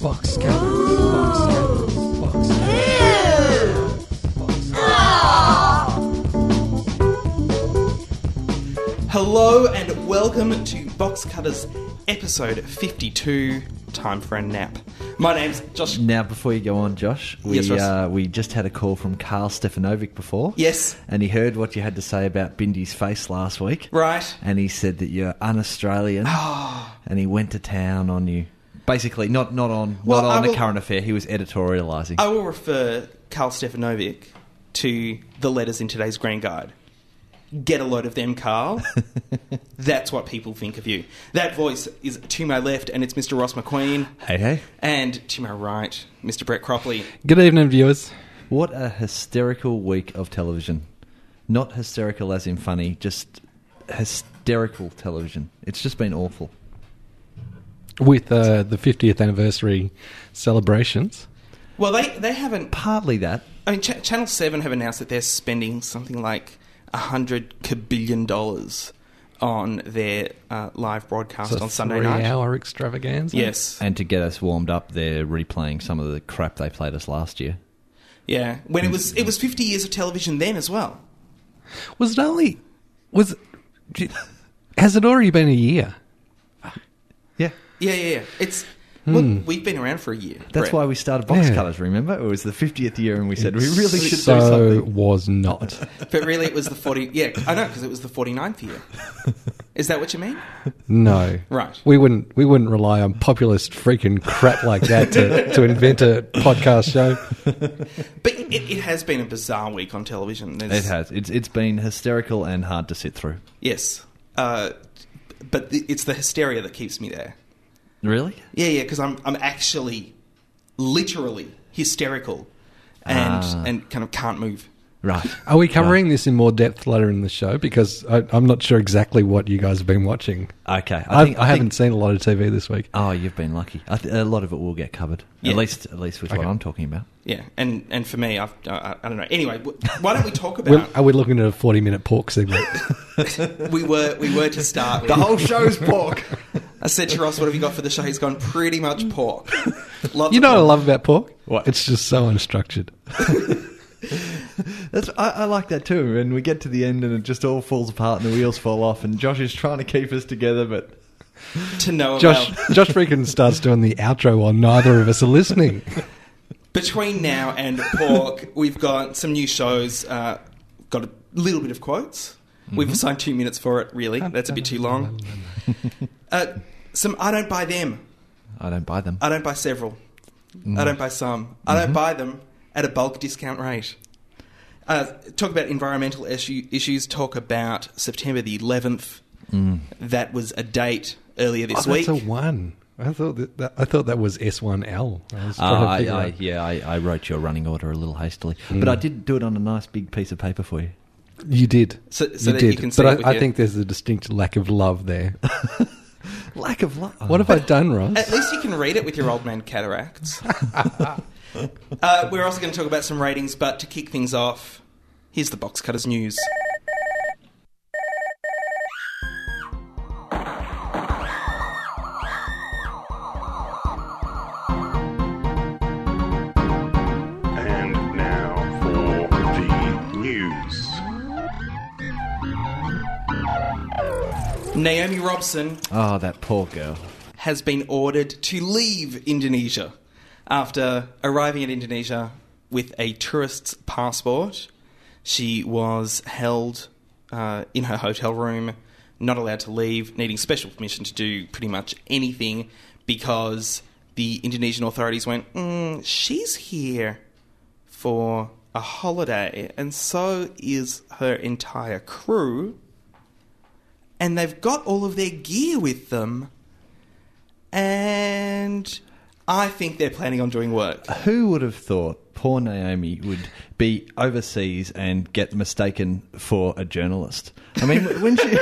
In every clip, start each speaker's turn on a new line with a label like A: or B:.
A: Fox Cannons. Fox Cannons. Fox Cannons. Fox Cannons.
B: Hello and welcome to Box Cutters episode 52 Time for a Nap. My name's Josh.
C: Now, before you go on, Josh, we
B: Yes, Ross.
C: uh, we just had a call from Carl Stefanovic before.
B: Yes.
C: and he heard what you had to say about Bindy's face last week,
B: Right.
C: and he said that you're un-Australian, and he went to town on you. Basically, not not on
B: Well,
C: not on
B: I will-
C: a current affair. He was editorialising.
B: I will refer Carl Stefanovic to the letters in today's Green Guide. Get a load of them, Carl. That's what people think of you. That voice is to my left, and it's Mr. Ross McQueen.
C: Hey, hey!
B: And to my right, Mr. Brett Cropley.
A: Good evening, viewers.
C: What a hysterical week of television. Not hysterical as in funny, just hysterical television. It's just been awful.
A: With uh, the 50th anniversary celebrations,
B: Well, they, they haven't.
C: Partly that.
B: I mean, Ch- Channel 7 have announced that they're spending something like $100 billion on their uh, live broadcast
A: it's a
B: on Sunday night.
A: three-hour extravaganza.
B: Yes.
C: And to get us warmed up, they're replaying some of the crap they played us last year.
B: Yeah. When it was, it was 50 years of television then as well.
A: was it only was? It, has it already been a year?
C: Yeah.
B: Yeah, yeah, yeah. It's well, we've been around for a year.
C: Hmm. That's
B: Brett.
C: why we started Box
A: Yeah.
C: Cutters, remember? It was the 50th year and we said we really should do
A: so
C: something.
A: was not.
B: But really, it was the forty. Yeah, I know because it was the 49th year. Is that what you mean?
A: No,
B: Right.
A: We wouldn't. We wouldn't rely on populist freaking crap like that to, to invent a podcast show.
B: But it, it has been a bizarre week on television. There's-
C: It has. It's, it's been hysterical and hard to sit through.
B: Yes. Uh, but th- it's the hysteria that keeps me there.
C: Really?
B: Yeah, yeah. Because I'm I'm actually, literally hysterical, and
C: Ah.
B: and kind of can't move.
C: Right.
A: Are we covering this in more depth later in the show? Because I, I'm not sure exactly what you guys have been watching.
C: Okay.
A: I,
C: I, think,
A: I, haven't
C: think-
A: seen a lot of TV this week.
B: Um,
C: oh, you've been lucky. I th- a lot of it will get covered.
B: Yeah.
C: At least at least with what
A: Okay.
C: I'm talking about.
B: Yeah, and and for me, I've, I I don't know. Anyway, w- why don't we talk
A: We're-
B: about?
A: are we looking at a 40 minute pork segment?
B: we were we were to start.
C: The whole show's pork.
B: I said to Ross, "What have you got for the show?" He's gone pretty much pork. Lots
A: you
B: of
A: know what I
B: pork.
A: love about pork?
C: What?
A: It's just so unstructured.
B: Oh,
C: That's, I, I like that too. And we get to the end and it just all falls apart and the wheels fall off. And Josh is trying to keep us together, but
B: to know
A: Josh,
B: about
A: Josh freaking starts doing the outro while neither of us are listening.
B: between now and pork. We've got some new shows. Uh, got a little bit of quotes. We've assigned two minutes for it. Really, that's a bit too long. Uh, some I don't buy them.
C: I don't buy them.
B: I don't buy several.
A: Mm.
B: I don't buy some. I
A: Mm-hmm.
B: don't buy them at a bulk discount rate. Uh, talk about environmental issue, issues. Talk about September the 11th. That was a date earlier
A: Mm. Oh,
B: this week.
A: that's a one. I thought that, that I thought that was S1L. I was trying
C: Uh,
A: to
B: Ah,
C: I,
A: figure
C: I,
A: out-
C: yeah, I, I wrote your running order a little hastily, but I did do it on a nice big piece of paper for you.
A: You did.
B: So- so
A: you
B: that
A: did.
B: you can see it
A: but
B: with
A: I, I
B: your-
A: think there's a distinct lack of love there.
C: Lack of luck. Oh.
A: What have I done, Ross?
B: At least you can read it with your old man cataracts. uh, we're also going to talk about some ratings, but to kick things off, here's the box cutters news.
D: And now for the news.
B: Naomi Robson
C: Oh, that poor girl.
B: has been ordered to leave Indonesia after arriving at Indonesia with a tourist's passport. She was held uh, in her hotel room, not allowed to leave, needing special permission to do pretty much anything because the Indonesian authorities went, mm, she's here for a holiday, and so is her entire crew. And they've got all of their gear with them. And I think they're planning on doing work.
C: Who would have thought poor Naomi would be overseas and get mistaken for a journalist? I mean, when she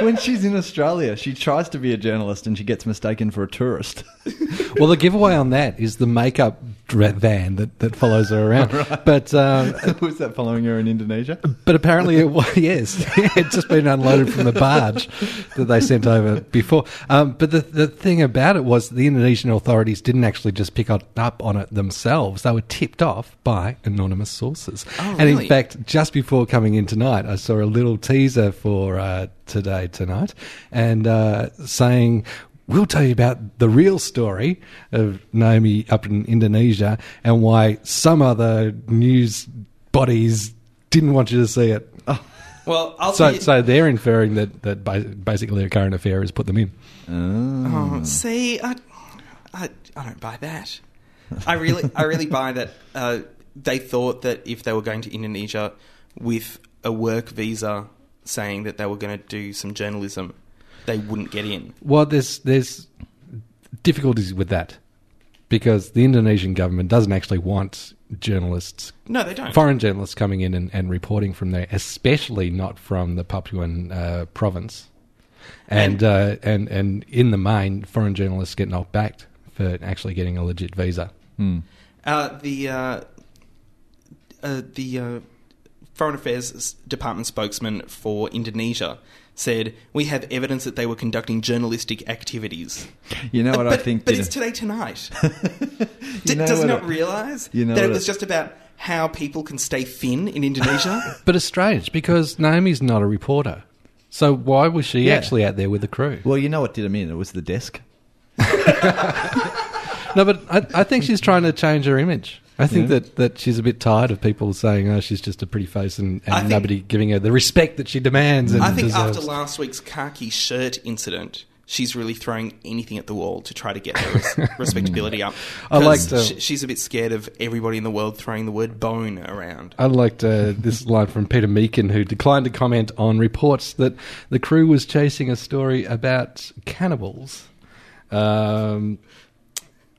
C: when she's in Australia, she tries to be a journalist and she gets mistaken for a tourist.
A: Well, the giveaway on that is the makeup dra- van that, that follows her around. But um,
C: Was that following her in Indonesia?
A: but apparently it was yes, it had just been unloaded from the barge that they sent over before. Um, but the the thing about it was the Indonesian authorities didn't actually just pick up- up on it themselves; they were tipped off by anonymous sources.
B: Oh,
A: and
B: really?
A: in fact, just before coming in tonight, I saw a little teaser for uh, today tonight, and uh, saying. We'll tell you about the real story of Naomi up in Indonesia and why some other news bodies didn't want you to see it.
B: Well, I'll
A: So,
B: tell you-
A: so they're inferring that that ba- basically a current affair has put them in.
B: Oh, see, I, I, I don't buy that. I really, I really buy that. Uh, they thought that if they were going to Indonesia with a work visa, saying that they were going to do some journalism, they wouldn't get in.
A: Well, there's there's difficulties with that because the Indonesian government doesn't actually want journalists,
B: No, they don't.
A: foreign journalists, coming in and, and reporting from there, especially not from the Papuan uh, province. And uh, and and in the main, foreign journalists get not backed for actually getting a legit visa.
B: Uh, the uh, uh, the uh, Foreign Affairs s- Department spokesman for Indonesia said, "We have evidence that they were conducting journalistic activities."
C: You know what
B: but,
C: I think?
B: but
C: did
B: it's
C: it-
B: today tonight.
C: you
B: D-
C: know
B: does
C: what
B: not
C: I-
B: realize
C: you know
B: that it
C: what
B: was
C: I-
B: just about how people can stay thin in Indonesia.
A: But it's strange because Naomi's not a reporter, so why was she
C: Yeah.
A: actually out there with the crew?
C: Well, you know what did him in? It was the desk.
A: No, but I, I think she's trying to change her image. I think
C: Yeah.
A: that, that she's a bit tired of people saying, "Oh, she's just a pretty face," and,
B: I
A: and
B: think-
A: nobody giving her the respect that she demands. And
B: I think
A: deserves.
B: after last week's khaki shirt incident, she's really throwing anything at the wall to try to get her res- respectability up.
A: I
B: 'Cause
A: liked, uh,
B: sh- she's a bit scared of everybody in the world throwing the word bone around.
A: I liked uh, this line from Peter Meakin, who declined to comment on reports that the crew was chasing a story about cannibals. Um,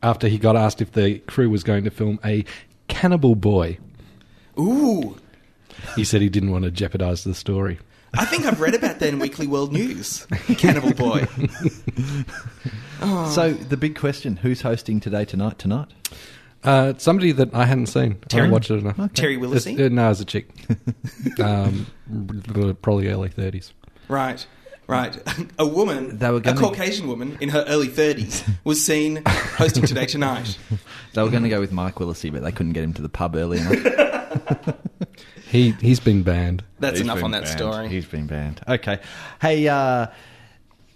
A: after he got asked if the crew was going to film a cannibal boy,
B: Ooh,
A: he said he didn't want to jeopardize the story.
B: I think I've read about that in Weekly World News. Cannibal Boy. Oh.
C: So the big question: Who's hosting today, tonight, tonight?
A: Uh, it's somebody that I hadn't seen. I
B: Terry?
A: haven't watched it enough.
B: Terry Willisey?
A: It's- uh, no, as a chick. um, r- r- probably early 30s.
B: Right, right. A woman,
C: They were
B: a
C: gonna-
B: Caucasian woman in her early 30s, was seen hosting Today Tonight.
C: They were going to go with Mike Willisey, but they couldn't get him to the pub early enough.
A: He, he's been banned.
B: That's
C: He's
B: enough
C: been
B: on that
C: banned.
B: story.
C: He's been banned. Okay. Hey, uh,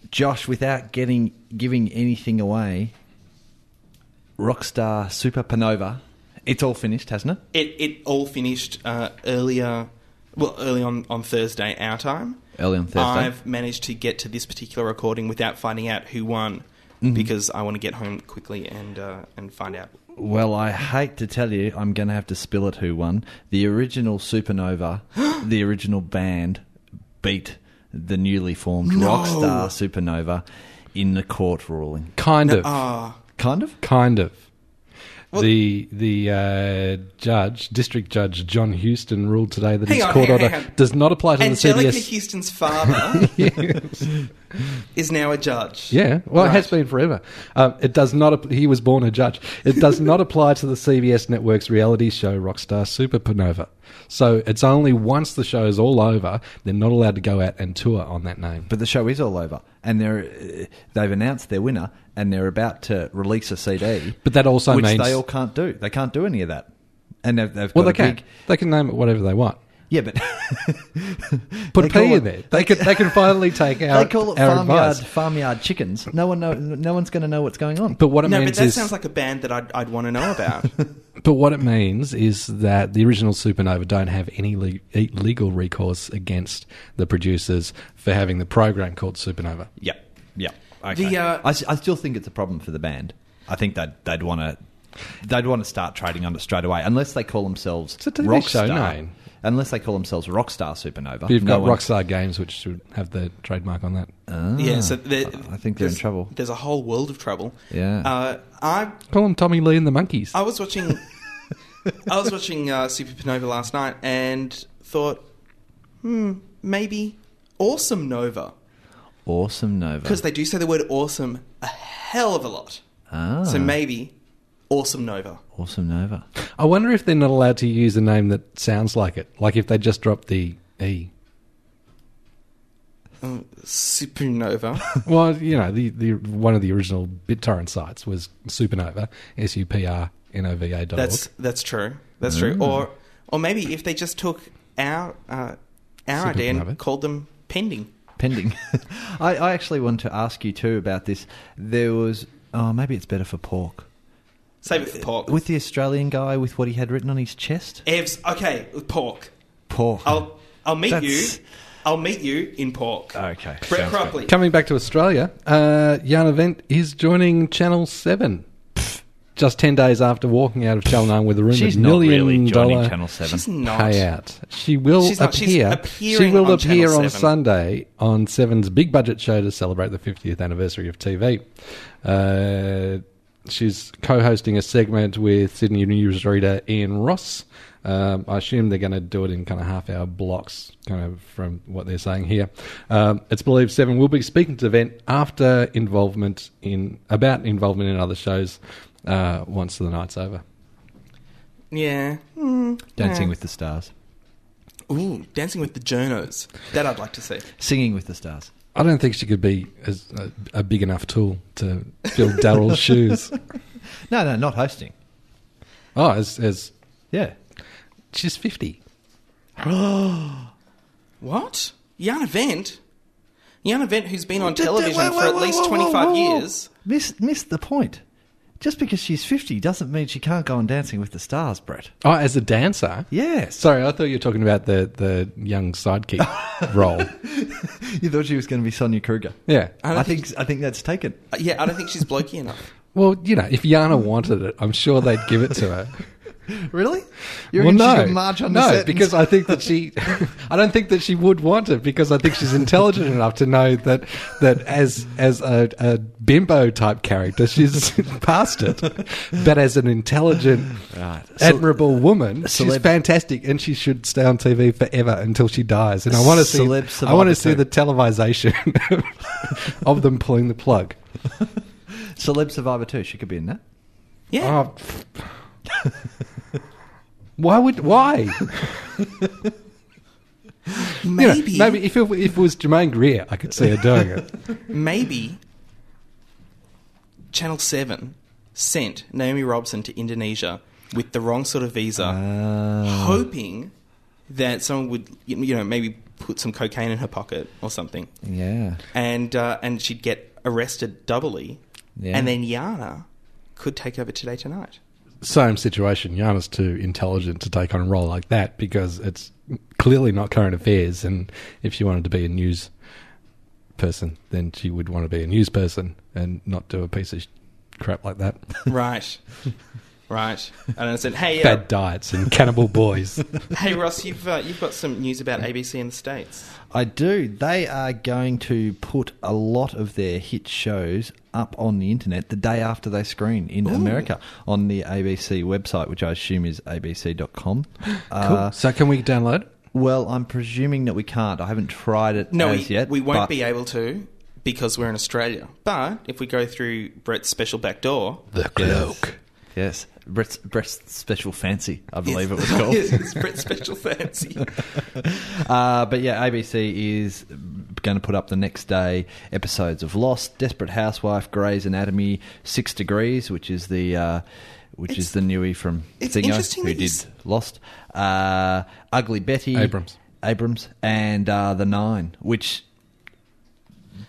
C: Josh, without getting giving anything away, Rockstar Supernova. It's all finished, hasn't it?
B: It, it all finished uh, earlier, well, early on, on Thursday, our time.
C: Early on Thursday.
B: I've managed to get to this particular recording without finding out who won
C: Mm-hmm.
B: because I want to get home quickly and, uh, and find out.
C: Well, I hate to tell you, I'm going to have to spill it who won. The original Supernova, the original band, beat the newly formed
B: No.
C: Rockstar Supernova in the court ruling.
A: Kind of.
B: Ah,
C: Kind of?
A: kind of.
B: Well-
A: the the uh, judge, district judge John Houston, ruled today that
B: Hang
A: his
B: on,
A: court
B: hang on,
A: order
B: hang on.
A: does not apply to
B: Angelica
A: the CBS.
B: Houston's father is now a judge.
A: Yeah, well, it has
B: Right.
A: been forever. Um, it does not. app- He was born a judge. It does not apply to the CBS network's reality show Rockstar Supernova. So it's only once the show's all over, they're not allowed to go out and tour on that name.
C: But the show is all over, and they're, uh, they've announced their winner, and they're about to release a CD.
A: But that also
C: which
A: means
C: they all can't do. They can't do any of that. And they've, they've
A: well,
C: got
A: they
C: a
A: can.
C: big.
A: They can name it whatever they want.
C: Yeah, but
A: Put
C: They
A: a P
C: call
A: in
C: it-
A: there. They can. They can finally take our.
C: they call it
A: our
C: farmyard,
A: advice.
C: farmyard chickens. No one, know, no one's going to know what's going on.
A: But what it
B: No,
A: means
B: but that
A: is.
B: sounds like a band that I'd, I'd want to know about.
A: but what it means is that the original Supernova don't have any le- e- legal recourse against the producers for having the program called Supernova.
C: Yeah, yeah.
B: The, uh,
C: I, s- I still think it's a problem for the band. I think they'd they'd want to they'd want to start trading on it straight away, unless they call themselves
A: a TV show
C: Rockstar.
A: name.
C: Unless they call themselves Rockstar Supernova.
A: You've
C: No
A: got
C: one-
A: Rockstar Games, which should have the trademark on that.
B: yeah, so there,
C: Ah, I think they're in
B: there's-
C: trouble.
B: There's a whole world of trouble.
C: Yeah.
B: Uh, I
A: Call them Tommy Lee and the Monkeys.
B: I was watching I was watching uh, Supernova last night and thought, hmm, maybe Awesome Nova
C: Awesome Nova.
B: because they do say the word awesome a hell of a lot.
C: Ah.
B: So maybe Awesome Nova.
C: Awesome Nova.
A: I wonder if they're not allowed to use a name that sounds like it. Like if they just drop the E.
B: Um, supernova.
A: Well, you know, the, the one of the original BitTorrent sites was Supernova, S U P R N O V A dot
B: that's
A: org.
B: that's true. That's true. Or
C: Mm.
B: or maybe if they just took our uh, our idea
A: Supernova.
B: and called them pending.
C: pending. I, I actually want to ask you too about this. There was, oh, maybe it's better for pork.
B: Save it for pork.
C: With the Australian guy, with what he had written on his chest,
B: Evs. Okay, with pork.
C: pork.
B: I'll I'll meet
C: That's-
B: you. I'll meet you in pork.
C: okay.
B: Brett Cropley.
A: Coming back to Australia, uh, Yarn Event is joining Channel 7. Just 10 days after walking out of Channel 9 with a rumored
C: She's not
A: million
C: really joining
A: dollar
C: Channel Seven.
B: She's not.
A: payout. She will
B: She's not- she's
A: appear. she
B: appearing
A: will
B: on
A: appear
B: Channel
A: on
B: 7.
A: Sunday on Seven's big budget show to celebrate the 50th anniversary of TV. Uh, she's co-hosting a segment with Sydney newsreader Ian Ross. Um, I assume they're going to do it in kind of half-hour blocks, kind of from what they're saying here. Um, it's believed Seven will be speaking to the event after involvement in about involvement in other shows uh, once the night's over.
B: Yeah. Hmm.
C: Dancing with the Stars.
B: Ooh, Dancing with the Journos. That I'd like to see.
C: Singing with the Stars.
A: I don't think she could be as a, a big enough tool to fill Daryl's shoes.
C: No, no, not hosting.
A: Oh, as, as
C: Yeah.
A: she's fifty.
B: What? Jan Vent? Jan Vent, who's been on
C: D- d-
B: television
C: wait,
B: for
C: wait,
B: at
C: wait,
B: least
C: uh, whoa, whoa,
B: 25
C: whoa, whoa.
B: years.
C: Miss, missed the point. Just because she's 50 doesn't mean she can't go on Dancing with the Stars, Brett.
A: Oh, as a dancer.
C: Yes.
A: Sorry, I thought you were talking about the the young sidekick role.
C: You thought she was going to be Sonia Kruger.
A: Yeah.
B: I
C: I,
B: don't
C: think, I think that's taken.
B: Uh, Yeah, I don't think she's blokey
C: Oh.
B: enough.
A: Well, you know, if Yana wanted it, I'm sure they'd give it to her.
C: Really? You
A: well,
C: reckon
A: no,
C: she could march on
A: no,
C: the set and-
A: because I think that she, I don't think that she would want it because I think she's intelligent enough to know that that as as a, a bimbo type character, she's past it. But as an intelligent, admirable woman, she's
C: Celeb-
A: fantastic, and she should stay on TV forever until she dies. And I want to see,
C: Celeb
A: I want
C: survivor
A: to see
C: too.
A: the televisation of them pulling the plug.
C: Celeb Survivor 2, she could be in that.
B: Yeah.
A: Oh, pff. why would why? You know,
B: maybe,
A: maybe if it, if it was Jermaine Greer, I could see her doing it.
B: maybe Channel 7 sent Naomi Robson to Indonesia with the wrong sort of visa,
A: Uh,
B: hoping that someone would, you you know, maybe put some cocaine in her pocket or something.
C: Yeah.
B: And, uh, and she'd get arrested doubly.
C: Yeah.
B: And then Yana could take over today tonight.
A: Same situation. Yana's too intelligent to take on a role like that because it's clearly not current affairs. And if she wanted to be a news person, then she would want to be a news person and not do a piece of sh- crap like that.
B: Right. Right. And I said, hey, uh,
A: Bad diets and cannibal boys.
B: hey Ross, you've, uh, you've got some news about ABC in the States.
C: I do. They are going to put a lot of their hit shows up on the internet the day after they screen in America on the ABC website, which I assume is abc.com. Uh,
A: cool. So can we download?
C: well, I'm presuming that we can't. I haven't tried it
B: No,
C: as
B: we,
C: yet.
B: we won't
C: but-
B: be able to because we're in Australia. But if we go through Brett's special back door,
A: The
C: Yes. Brett's, Brett's special fancy, I
B: Yes.
C: believe it was called.
B: Yes, it's Brett's special fancy.
C: Uh, but yeah, ABC is going to put up the next day episodes of Lost, Desperate Housewife, Grey's Anatomy, Six Degrees, which is the uh, which
B: It's-
C: is the newie from
B: it's
C: Thingo
B: interesting
C: who
B: that you
C: did
B: s-
C: Lost, uh, Ugly Betty,
A: Abrams.
C: Abrams, and uh, the Nine, which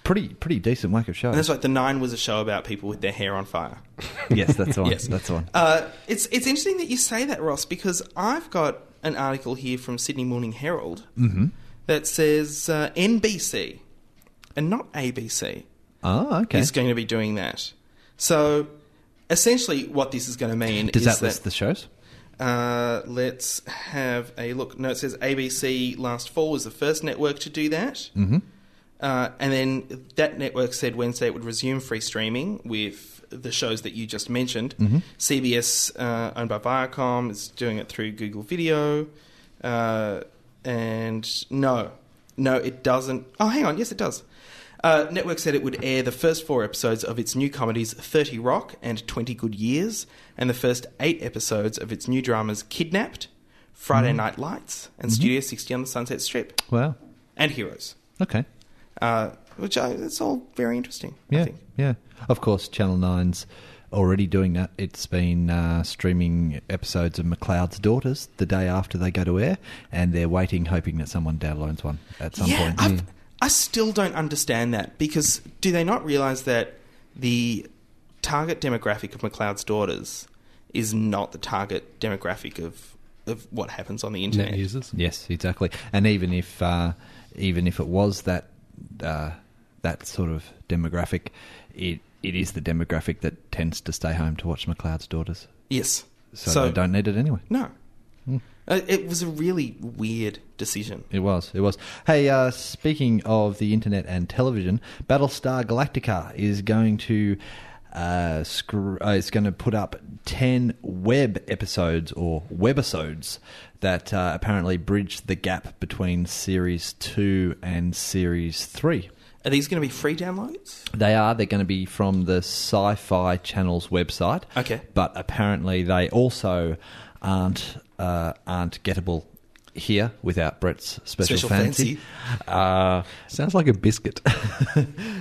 C: pretty pretty decent whack of
B: And it's
C: shows.
B: like the Nine was a show about people with their hair on fire.
C: yes, that's the one.
B: Yes.
C: that's the one.
B: Uh, it's it's interesting that you say that, Ross, because I've got an article here from Sydney Morning Herald
C: Mm-hmm.
B: that says uh, NBC and not ABC
C: Oh, okay.
B: is going to be doing that. So essentially, what this is going to mean
C: Does
B: is
C: that list the shows?
B: Uh, let's have a look. No, it says ABC last fall was the first network to do that. Mm-hmm. Uh, and then that network said Wednesday it would resume free streaming with the shows that you just mentioned. CBS, uh, owned by Viacom, is doing it through Google Video. Uh, and no, no, it doesn't. Oh, hang on. Yes, it does. Uh, Network said it would air the first four episodes of its new comedies 30 Rock and 20 Good Years, and the first eight episodes of its new dramas Kidnapped, Friday Night Lights, and Studio 60 on the Sunset Strip,
C: Wow.
B: and Heroes,
C: Okay.
B: uh, which I, it's all very interesting, I
C: Yeah.
B: think.
C: Yeah. Of course, Channel 9's already doing that. It's been uh, streaming episodes of McLeod's Daughters the day after they go to air, and they're waiting, hoping that someone downloads one at some
B: yeah,
C: point. Hmm.
B: I've- I still don't understand that because do they not realize that the target demographic of McLeod's daughters is not the target demographic of of what happens on the internet?
A: Net users.
C: Yes, exactly. And even if uh, even if it was that uh, that sort of demographic, it it is the demographic that tends to stay home to watch McLeod's daughters,
B: Yes.
C: so, they don't Hmm. need it anyway.
B: No. Uh, it was a really weird decision.
C: It was. It was. Hey, uh, speaking of the internet and television, Battlestar Galactica is going to. Uh, scr- uh, it's going to put up 10 web episodes or webisodes that uh, apparently bridge the gap between series 2 and series 3.
B: Are these going to be free downloads?
C: They are. They're going to be from the Sci Fi Channel's website.
B: Okay.
C: But apparently, they also aren't uh, aren't gettable here without Brett's special,
B: Special
C: fancy. Uh,
A: Sounds like a biscuit.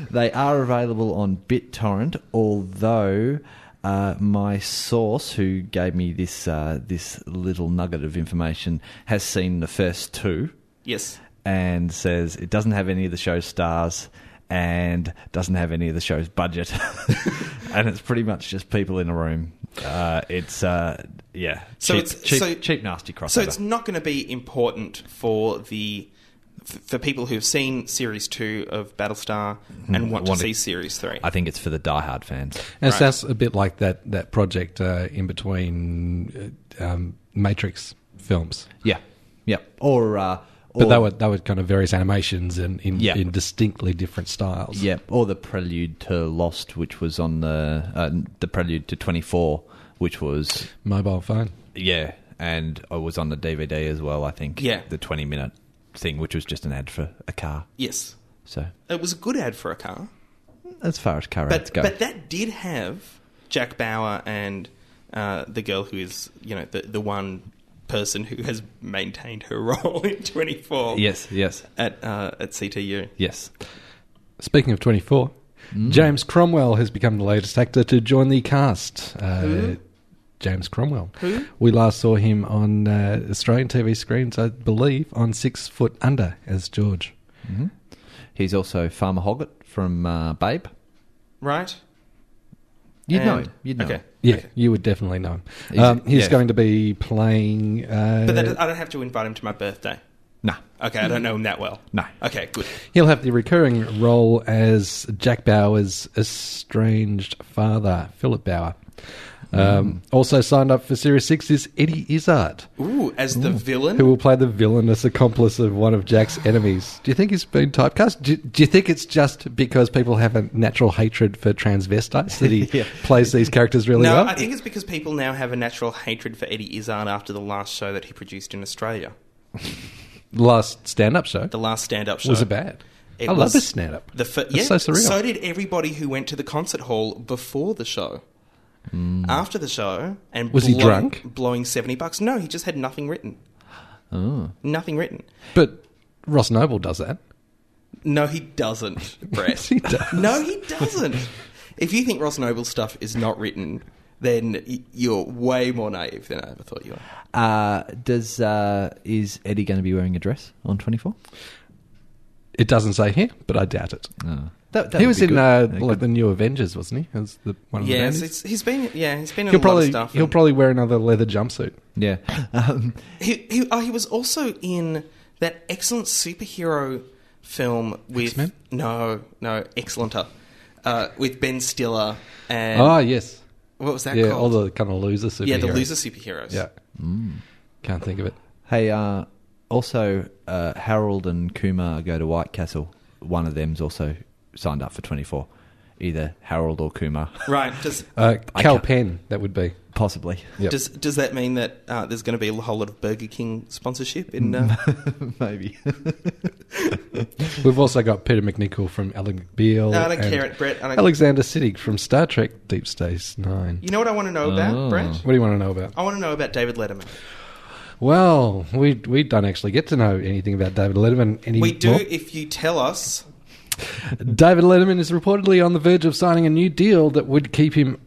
C: they are available on BitTorrent, although. Uh, my source, who gave me this uh, this little nugget of information, has seen the first two
B: Yes.
C: and says it doesn't have any of the show's stars and doesn't have any of the show's budget. and it's pretty much just people in a room. Uh, it's uh, yeah,
B: So
C: cheap,
B: it's-
C: cheap,
B: so-
C: cheap, nasty crossover.
B: So it's not going to be important for the f- for people who've seen series two of Battlestar and want to
C: Mm-hmm. wanted-
B: see series three.
C: I think it's for the diehard fans.
A: And
B: Right.
A: it sounds a bit like that that project uh, in between uh, um, Matrix films,
C: Yeah, yeah. Or uh,
A: but
C: or,
A: they were they were kind of various animations and in,
C: Yeah.
A: in distinctly different styles.
C: yeah, or the prelude to Lost, which was on the uh, the prelude to Twenty Four, which was
A: mobile phone.
C: Yeah, and I was on the DVD as well. I think.
B: Yeah.
C: the twenty minute thing, which was just an ad for a car.
B: yes.
C: So
B: It was a good ad for a car.
C: as far as car ads
B: But
C: go,
B: but that did have Jack Bauer and uh, the girl who is you know the the one person who has maintained her role in Twenty Four.
C: yes, yes,
B: At uh, at CTU.
C: yes.
A: Speaking of 24,
B: Mm.
A: James Cromwell has become the latest actor to join the cast. Uh, James Cromwell.
B: Who?
A: We last saw him on uh, Australian TV screens, I believe, on Six Foot Under as George.
C: He's also Farmer Hoggett from uh, Babe.
B: Right.
C: You'd know
B: And-
C: him. You'd know.
B: Okay.
C: him.
A: Yeah, you would definitely know
C: He's-
A: him. Um, he's
C: yeah.
A: going to be playing. Uh,
B: But that, I don't have to invite him to my birthday.
C: Nah,
B: Okay, I
C: Mm.
B: don't know him that well.
C: No.
B: Okay, good.
A: He'll have the recurring role as Jack Bauer's estranged father, Philip Bauer. Um,
B: Mm.
A: Also signed up for Series 6 is Eddie Izzard,
B: Ooh, as the villain?
A: who will play the villainous accomplice of one of Jack's enemies. Do you think he's been typecast? Do, do you think it's just because people have a natural hatred for transvestites that he
C: Yeah.
A: plays these characters really
B: no,
A: well?
B: I think it's because people now have a natural hatred for Eddie Izzard after the last show that he produced in Australia.
A: Last stand up show
B: The last stand-up show.
A: was it bad?
B: It
A: I
B: was
A: love his stand up.
B: The fir-
A: It's
B: yeah,
A: so surreal.
B: did everybody who went to the concert hall before the show. After the show, and
A: Hmm. Was he drunk?
B: Blowing seventy bucks? No, he just had nothing written.
C: Oh.
B: Nothing written.
A: but Ross Noble does that.
B: No, he doesn't, Brett.
A: he does.
B: No, he doesn't. if you think Ross Noble's stuff is not written, then y- you're way more naive than I ever thought you were.
C: Uh, does uh, is Eddie going to be wearing a dress on twenty four?
A: It doesn't say here, but I doubt it.
C: That, that
A: he
C: would
A: was
C: be
A: in
C: good.
A: uh,
C: That
A: like
C: could-
A: the new Avengers, wasn't he? As the one of the
B: Yes,
A: bandies.
B: it's, he's been yeah he's been in
A: he'll
B: a
A: probably
B: lot of stuff.
A: he'll
B: and-
A: probably wear another leather jumpsuit.
C: yeah. Um,
B: he, he, oh, he was also in that excellent superhero film with
A: X-Men?
B: no no excellenter uh, with Ben Stiller and
A: Ah, yes,
B: what was that
A: yeah, all
B: called?
A: the kind of loser superheroes.
B: yeah, the loser superheroes.
A: Yeah, Mm. can't think of it.
C: hey, uh, also uh, Harold and Kumar go to White Castle. One of them's also signed up for twenty four. Either Harold or Kumar,
B: Right. Does
A: Uh,
C: I
A: Cal
C: can't-
A: Penn, that would be.
C: possibly.
A: Yep.
B: does does that mean that uh, there's
A: Mm.
B: going to be a whole lot of Burger King sponsorship in uh,
C: Maybe.
A: We've also got Peter McNichol from Alan McBeal.
B: No, I don't
A: and
B: care, Brett. I don't-
A: Alexander Siddig from Star Trek Deep Space Nine.
B: You know what I want to know about,
C: Oh.
B: Brett?
A: What do you want to know about?
B: I want to know about David Letterman.
A: Well, we we don't actually get to know anything about David Letterman anymore.
B: We do if you tell us.
A: David Letterman is reportedly on the verge of signing a new deal that would keep him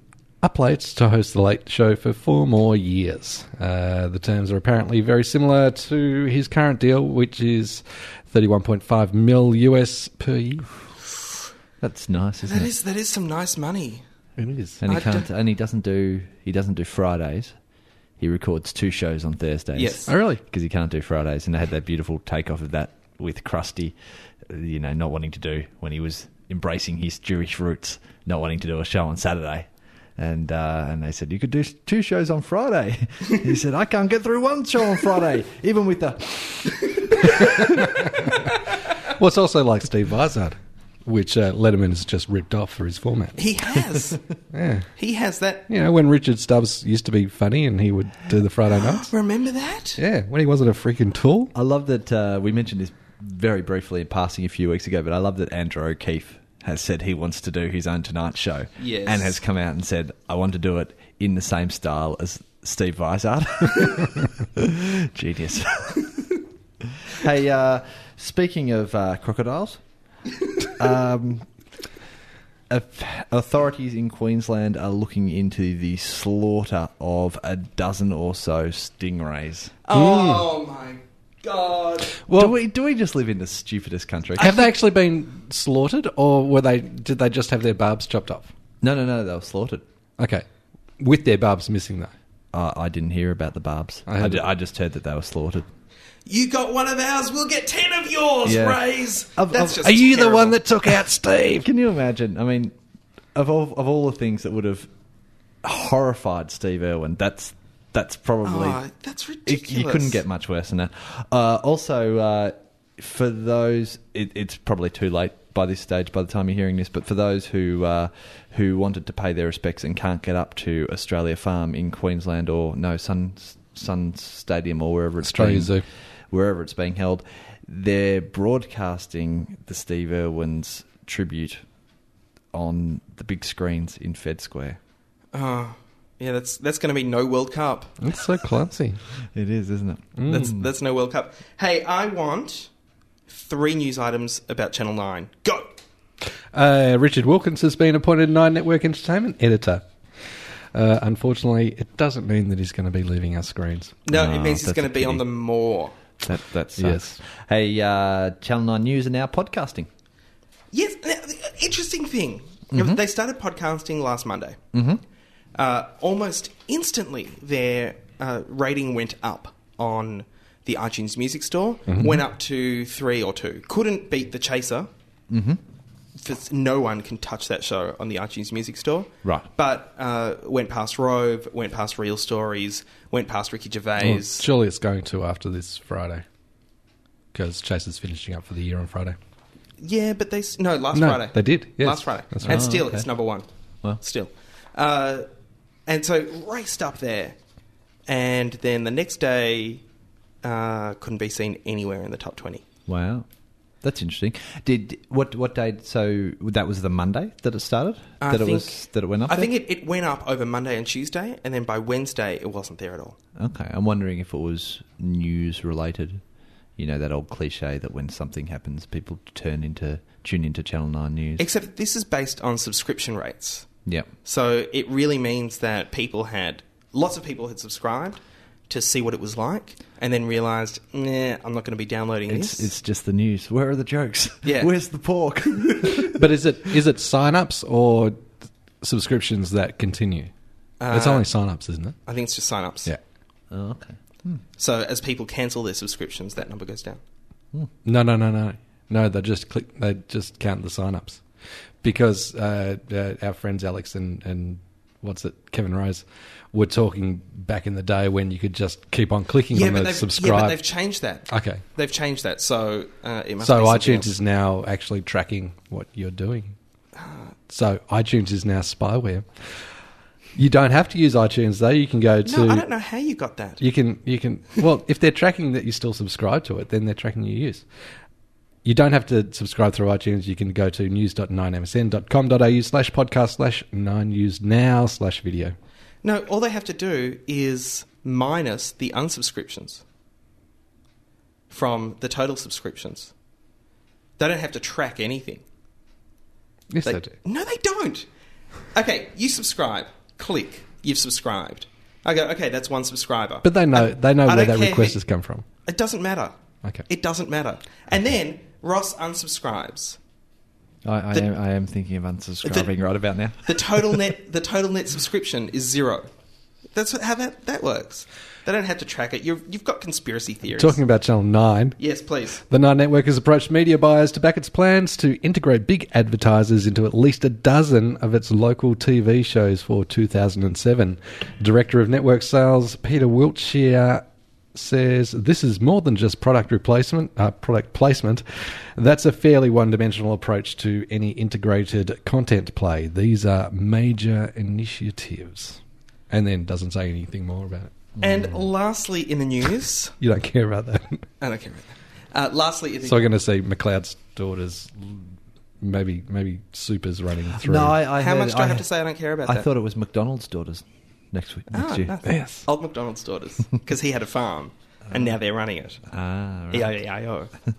A: up late to host The Late Show for four more years. Uh, the terms are apparently very similar to his current deal, which is 31.5 mil US per year.
C: That's nice, isn't
B: That
C: it?
B: is that is some nice money.
A: It is.
C: And he
B: I
C: can't.
B: don't-
C: And he doesn't do. He doesn't do Fridays. He records two shows on Thursdays.
B: Yes.
A: Oh, really?
C: because he can't do Fridays. And they had that beautiful takeoff of that with Krusty, uh, you know, not wanting to do when he was embracing his Jewish roots, not wanting to do a show on Saturday. And uh, and they said you could do s- two shows on Friday. he said I can't get through one show on Friday, even with the
A: Well, it's also like Steve Vizard, which uh, Letterman has just ripped off for his format.
B: He has.
A: Yeah.
B: he has that.
A: You know, when Richard Stubbs used to be funny and he would do the Friday nights.
B: Remember that?
A: Yeah, when he wasn't a freaking tool.
C: I love that uh, we mentioned this very briefly in passing a few weeks ago, but I love that Andrew O'Keefe has said he wants to do his own Tonight Show.
B: Yes.
C: And has come out and said, I want to do it in the same style as Steve Vizard. Genius. hey, uh, speaking of uh, crocodiles, um, Auth- Authorities in Queensland are looking into the slaughter of a dozen or so stingrays.
B: Oh my god!
C: do we do we just live in the stupidest country?
A: Have they actually been slaughtered, or were they? Did they just have their barbs chopped off?
C: No, no, no. They were slaughtered.
A: Okay, with their barbs missing though.
C: Uh, I didn't hear about the barbs.
A: I
C: I,
A: heard
C: ju-
A: it.
C: I just heard that they were slaughtered.
B: You got one of ours. We'll get ten of yours,
C: Yeah.
B: Rays.
C: Of-
B: That's
C: of-
B: just
A: Are you the
B: terrible.
A: one that took out Steve?
C: Can you imagine? I mean, of all of all the things that would have horrified Steve Irwin, that's that's probably
B: Oh, that's
C: it,
B: ridiculous.
C: you couldn't get much worse than that. Uh, also, uh, for those, it, it's probably too late by this stage. By the time you're hearing this, but for those who uh, who wanted to pay their respects and can't get up to Australia Farm in Queensland or no Sun Sun Stadium or wherever it's
A: Australia
C: being,
A: Zoo.
C: wherever it's being held, they're broadcasting the Steve Irwin's tribute on the big screens in Fed Square.
B: Oh, yeah, that's that's going to be no World Cup.
A: That's so clumsy.
C: It is, isn't it?
B: That's
C: Mm.
B: that's no World Cup. Hey, I want three news items about Channel Nine. Go.
A: Uh, Richard Wilkins has been appointed Nine Network Entertainment editor. Uh, unfortunately, it doesn't mean that he's going to be leaving our screens.
B: No, it
C: Ah,
B: means it's
C: that's
B: going
C: a
B: to be on
C: pity.
B: the more.
C: That that's
A: Yes.
C: Hey, uh, Channel Nine News are now podcasting.
B: Yes, uh, interesting thing. They started podcasting last Monday. Uh, almost instantly, their uh, rating went up on the iTunes Music Store. Went up to three or two. Couldn't beat The Chaser. Mm-hmm. No one can touch that show on the iTunes Music Store.
C: Right.
B: But uh, went past Rove, went past Real Stories, went past Ricky
A: Well,
B: Gervais.
A: surely it's going to after this Friday, because Chase is finishing up for the year on Friday.
B: Yeah, but they s- no last
A: No,
B: Friday.
A: they did, yes.
B: last Friday,
A: That's
B: and
A: right.
B: still
A: Oh, okay.
B: it's number one.
C: Wow.
B: Still, uh, and so raced up there, and then the next day uh, couldn't be seen anywhere in the top twenty.
C: Wow, that's interesting. Did what what day? So that was the Monday that it started.
B: I
C: that it
B: think-
C: was that it went up.
B: I
C: there?
B: think it, it went up over Monday and Tuesday, and then by Wednesday it wasn't there at all.
C: Okay, I'm wondering if it was news related. You know that old cliche that when something happens, people turn into tune into Channel Nine News.
B: Except that this is based on subscription rates,
C: yep.
B: so it really means that people had lots of people had subscribed to see what it was like, and then realised, nah, I'm not going to be downloading
C: It's
B: this.
C: it's just the news. Where are the jokes?
B: Yeah.
C: Where's the pork?
A: But is it is it sign ups or subscriptions that continue? it's
B: Uh,
A: only sign ups, isn't it?
B: I think it's just sign ups.
C: oh, okay.
B: So as people cancel their subscriptions, that number goes down.
A: No, no, no, no, no. They just click. They just count the sign-ups because uh, uh, our friends Alex and and what's it, Kevin Rose, were talking back in the day when you could just keep on clicking on the
B: they've,
A: subscribe.
B: yeah, but they've changed that.
A: okay,
B: They've changed that. So uh, it must
A: so
B: be something
A: iTunes
B: else.
A: is now actually tracking what you're doing.
B: Ah.
A: So iTunes is now spyware. You don't have to use iTunes though. You can go to.
B: No, I don't know how you got that.
A: You can you can well if they're tracking that you still subscribe to it, then they're tracking your use. You don't have to subscribe through iTunes. You can go to news.9msn.com.au slash podcast slash 9news now slash video.
B: No, all they have to do is minus the unsubscriptions from the total subscriptions. They don't have to track anything.
A: Yes,
B: They-
A: they do.
B: No, they don't. Okay, you subscribe. Click. You've subscribed. I go, okay, that's one subscriber.
A: But they know, they know
B: I
A: where
B: don't
A: that
B: care
A: request
B: who-
A: has come from.
B: It doesn't matter.
A: Okay.
B: It doesn't matter. And then Ross unsubscribes.
C: I, I,
B: The-
C: am, I am thinking of unsubscribing right about now.
B: The total net the total net subscription is zero. That's what, how that, that works. They don't have to track it. You're, you've got conspiracy theories.
A: Talking about Channel 9,
B: yes, please.
A: The Nine Network has approached media buyers to back its plans to integrate big advertisers into at least a dozen of its local TV shows for 2007. Director of Network Sales Peter Wiltshire says this is more than just product replacement uh, product placement that's a fairly one-dimensional approach to any integrated content play these are major initiatives and then doesn't say anything more about it
B: And lastly, in the news,
A: you don't care about that
B: I don't care about that. Uh, lastly, in the
A: So I'm going to see McLeod's daughter's maybe maybe supers running through.
C: No, I, I
B: how
C: heard-
B: much do I, have
C: he-
B: to say? I don't care about
C: I
B: that.
C: thought it was McDonald's daughters next week, next
B: Ah,
C: year.
B: no.
A: yes.
B: Old McDonald's daughters, because he had a farm, and now they're running it.
C: Ah, right.
B: E-I-E-I-O.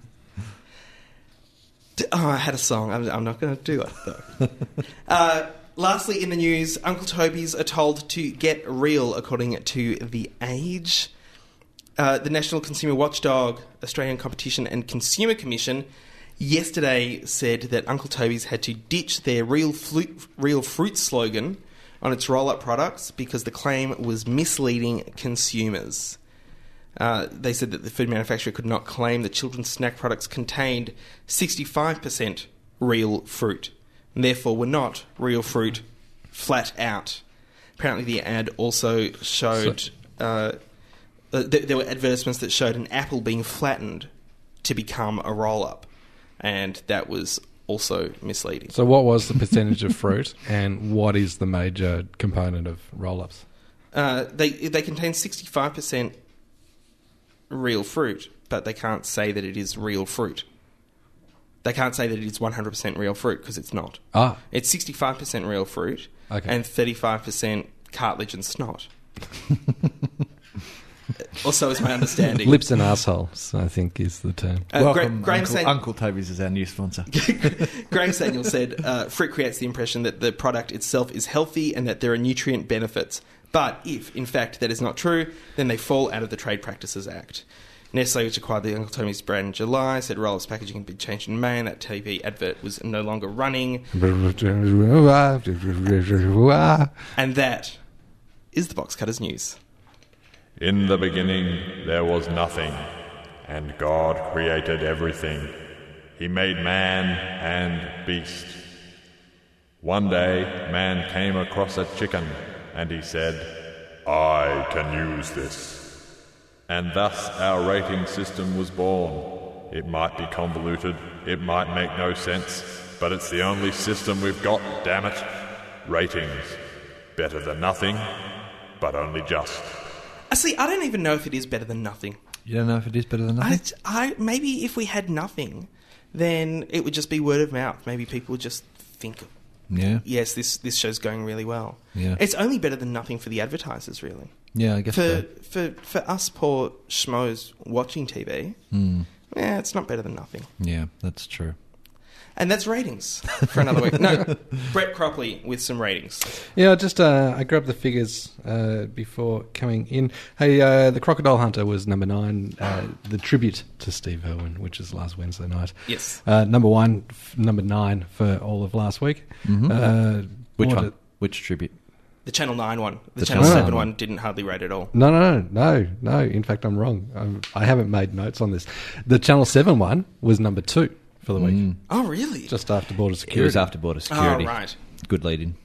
B: D- oh, I had a song. I'm, I'm not going to do it, though. uh, lastly, in the news, Uncle Toby's are told to get real, according to The Age. Uh, the National Consumer Watchdog, Australian Competition and Consumer Commission, yesterday said that Uncle Toby's had to ditch their real, flute, real fruit slogan on its roll up products because the claim was misleading consumers. Uh, they said that the food manufacturer could not claim that children's snack products contained 65% real fruit, and therefore were not real fruit flat out. Apparently, the ad also showed uh, uh, th- there were advertisements that showed an apple being flattened to become a roll up, and that was also misleading.
A: So what was the percentage of fruit, and what is the major component of roll-ups?
B: Uh, they they contain sixty five percent real fruit, but they can't say that it is real fruit. They can't say that it is one hundred percent real fruit because it's not.
A: Ah,
B: It's sixty five percent real fruit
A: Okay.
B: and thirty five percent cartilage and snot. also, is my understanding.
A: lips and asshole. I think is the term.
B: Uh, Gra-
C: Welcome,
B: Graham
C: Uncle,
B: San-
C: Uncle Toby's is our new sponsor.
B: Graham Samuel said, uh, fruit creates the impression that the product itself is healthy and that there are nutrient benefits. But if, in fact, that is not true, then they fall out of the Trade Practices Act. Nestle, which acquired the Uncle Tommy's brand in July, said roll-ups packaging had been changed in May and that TV advert was no longer running. And that is the Box Cutters News.
E: In the beginning, there was nothing, and God created everything. He made man and beast. One day, man came across a chicken, and he said, I can use this. And thus our rating system was born. It might be convoluted, it might make no sense, but it's the only system we've got, damn it. Ratings. Better than nothing, but only just.
B: Uh, See, I don't even know if it is better than nothing.
C: You don't know if it is better than nothing.
B: I, I, maybe if we had nothing, then it would just be word of mouth. Maybe people would just think
C: yeah,
B: yes, this this show's going really well.
C: Yeah.
B: It's only better than nothing for the advertisers, really.
C: yeah, I guess
B: For
C: so.
B: for for us poor schmoes watching TV, yeah, it's not better than nothing.
C: Hmm, Yeah, that's true.
B: And that's ratings for another week. No, Brett Cropley with some ratings.
A: Yeah, I just uh, I grabbed the figures uh, before coming in. Hey, uh, the Crocodile Hunter was number nine. Uh, the tribute to Steve Irwin, which is last Wednesday night.
B: Yes.
A: uh, number one, f- number nine for all of last week. Uh,
C: Mm-hmm. Which
A: what
C: one?
A: a-
C: Which tribute?
B: The Channel Nine one, the,
C: The
B: Channel,
A: Channel Mm.
B: Seven
A: 9
B: one didn't hardly rate at all.
A: No, no, no, no, no. In fact, I'm wrong. I'm, I haven't made notes on this. The Channel 7 one was number two for the week,
B: Oh, really?
A: just after border
C: Mm. It
A: security.
C: was after border
B: oh,
C: security.
B: right.
C: Good lead in.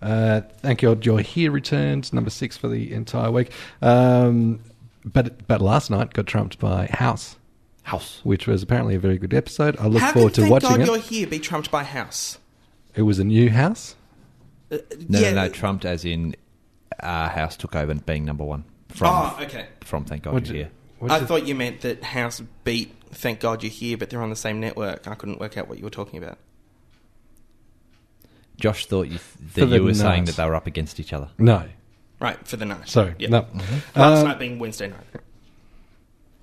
A: Uh, thank you. You're here returns, number six for the entire week. Um, but, but last night got trumped by House,
C: House.
A: which was apparently a very good episode. I look
B: How
A: forward
B: can
A: to
B: thank
A: watching
B: God
A: it.
B: you're here be trumped by House?
A: It was a new house.
B: Uh,
C: No,
B: yeah.
C: no, no. Trumped as in our house took over being number one from
B: Oh, okay.
C: from Thank God
A: What
C: You're
A: d-
C: Here.
A: What
B: I
A: is it?
B: thought you meant that House beat Thank God You're Here, but they're on the same network. I couldn't work out what you were talking about.
F: Josh thought you,
A: For
F: that
A: the
F: you were saying
A: nuts.
F: that they were up against each other.
A: No.
B: Right, for the night.
A: Sorry.
B: Yeah.
A: No.
C: Mm-hmm.
B: Last
A: Um,
B: night being Wednesday night.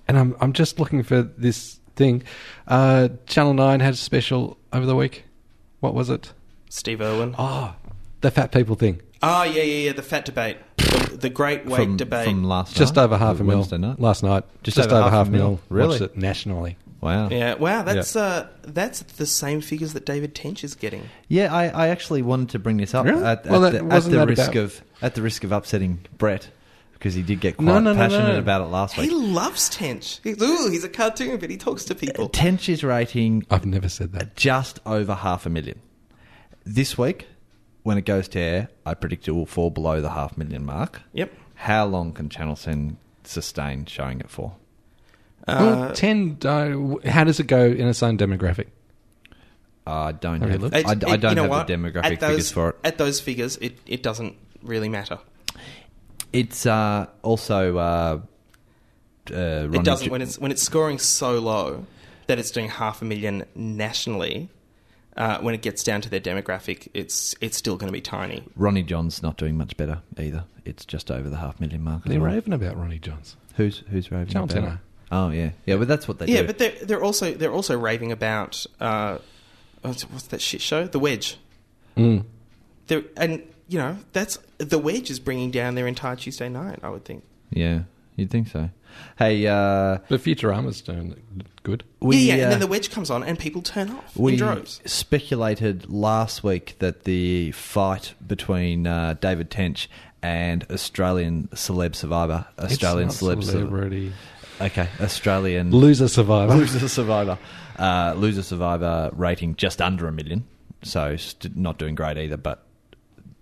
A: and I'm I'm just looking for this thing. Uh, Channel Nine had a special over the week. What was it?
B: Steve Irwin. Oh,
C: Ah.
A: Oh, the fat people thing.
B: yeah, yeah, yeah. The fat debate. The, the great weight
C: from,
B: debate.
C: from last
A: Just
C: night?
A: over half a mil
C: Wednesday night.
A: last night.
C: Just over half a mil. Really?
A: Watched it nationally.
C: Wow.
B: yeah, wow, that's uh, that's the same figures that David Tench is getting.
C: Yeah, I, I actually wanted to bring this up
A: Really?
C: at, at
A: Well, that-
C: the, at
A: wasn't
C: the
A: that
C: risk
A: about-
C: of at the risk of upsetting Brett because he did get quite
A: No, no, no,
C: passionate
A: no.
C: about it last
B: He
C: week.
B: loves Tench. He's, ooh, he's a cartoon, but he talks to people.
C: Tench is rating
A: I've never said that.
C: just over half a million. This week, when it goes to air, I predict it will fall below the half million mark.
B: Yep.
C: How long can Channel 10 sustain showing it for? Mm,
B: Uh,
A: well, ten. Uh, how does it go in its own demographic?
C: I don't
A: Have you
C: have,
A: looked?
C: I,
B: It-
C: I
B: it-
C: don't
B: you know
C: have
B: what?
C: the demographic
B: At those-
C: figures for it.
B: At those figures, it, it doesn't really matter.
C: It's uh, also uh, uh, Ronnie
B: it doesn't
C: Ju-
B: when it's when it's scoring so low that it's doing half a million nationally. Uh, when it gets down to their demographic, it's it's still going to be tiny.
C: Ronnie John's not doing much better either. It's just over the half million mark. as
A: They're
C: well.
A: raving about Ronnie Johns.
C: Who's who's raving?
A: Channel
C: about
A: 10
C: it? Oh yeah, yeah, but that's what they
B: yeah,
C: do.
B: but they're they're also they're also raving about uh, what's, what's that shit show? The Wedge.
A: Mm.
B: They're, and you know that's the Wedge is bringing down their entire Tuesday night. I would think.
C: yeah, you'd think so. Hey, uh,
A: But Futurama's doing good.
C: we
B: yeah, yeah,
C: uh,
B: and then the Wedge comes on and people turn off
C: we
B: in droves.
C: speculated last week that the fight between uh, David Tench and Australian celeb survivor, Australian
A: It's not
C: celeb survivor,
A: celebrity
C: okay, Australian
A: loser survivor.
C: loser survivor, uh, loser survivor rating just under a million, so st- not doing great either, but.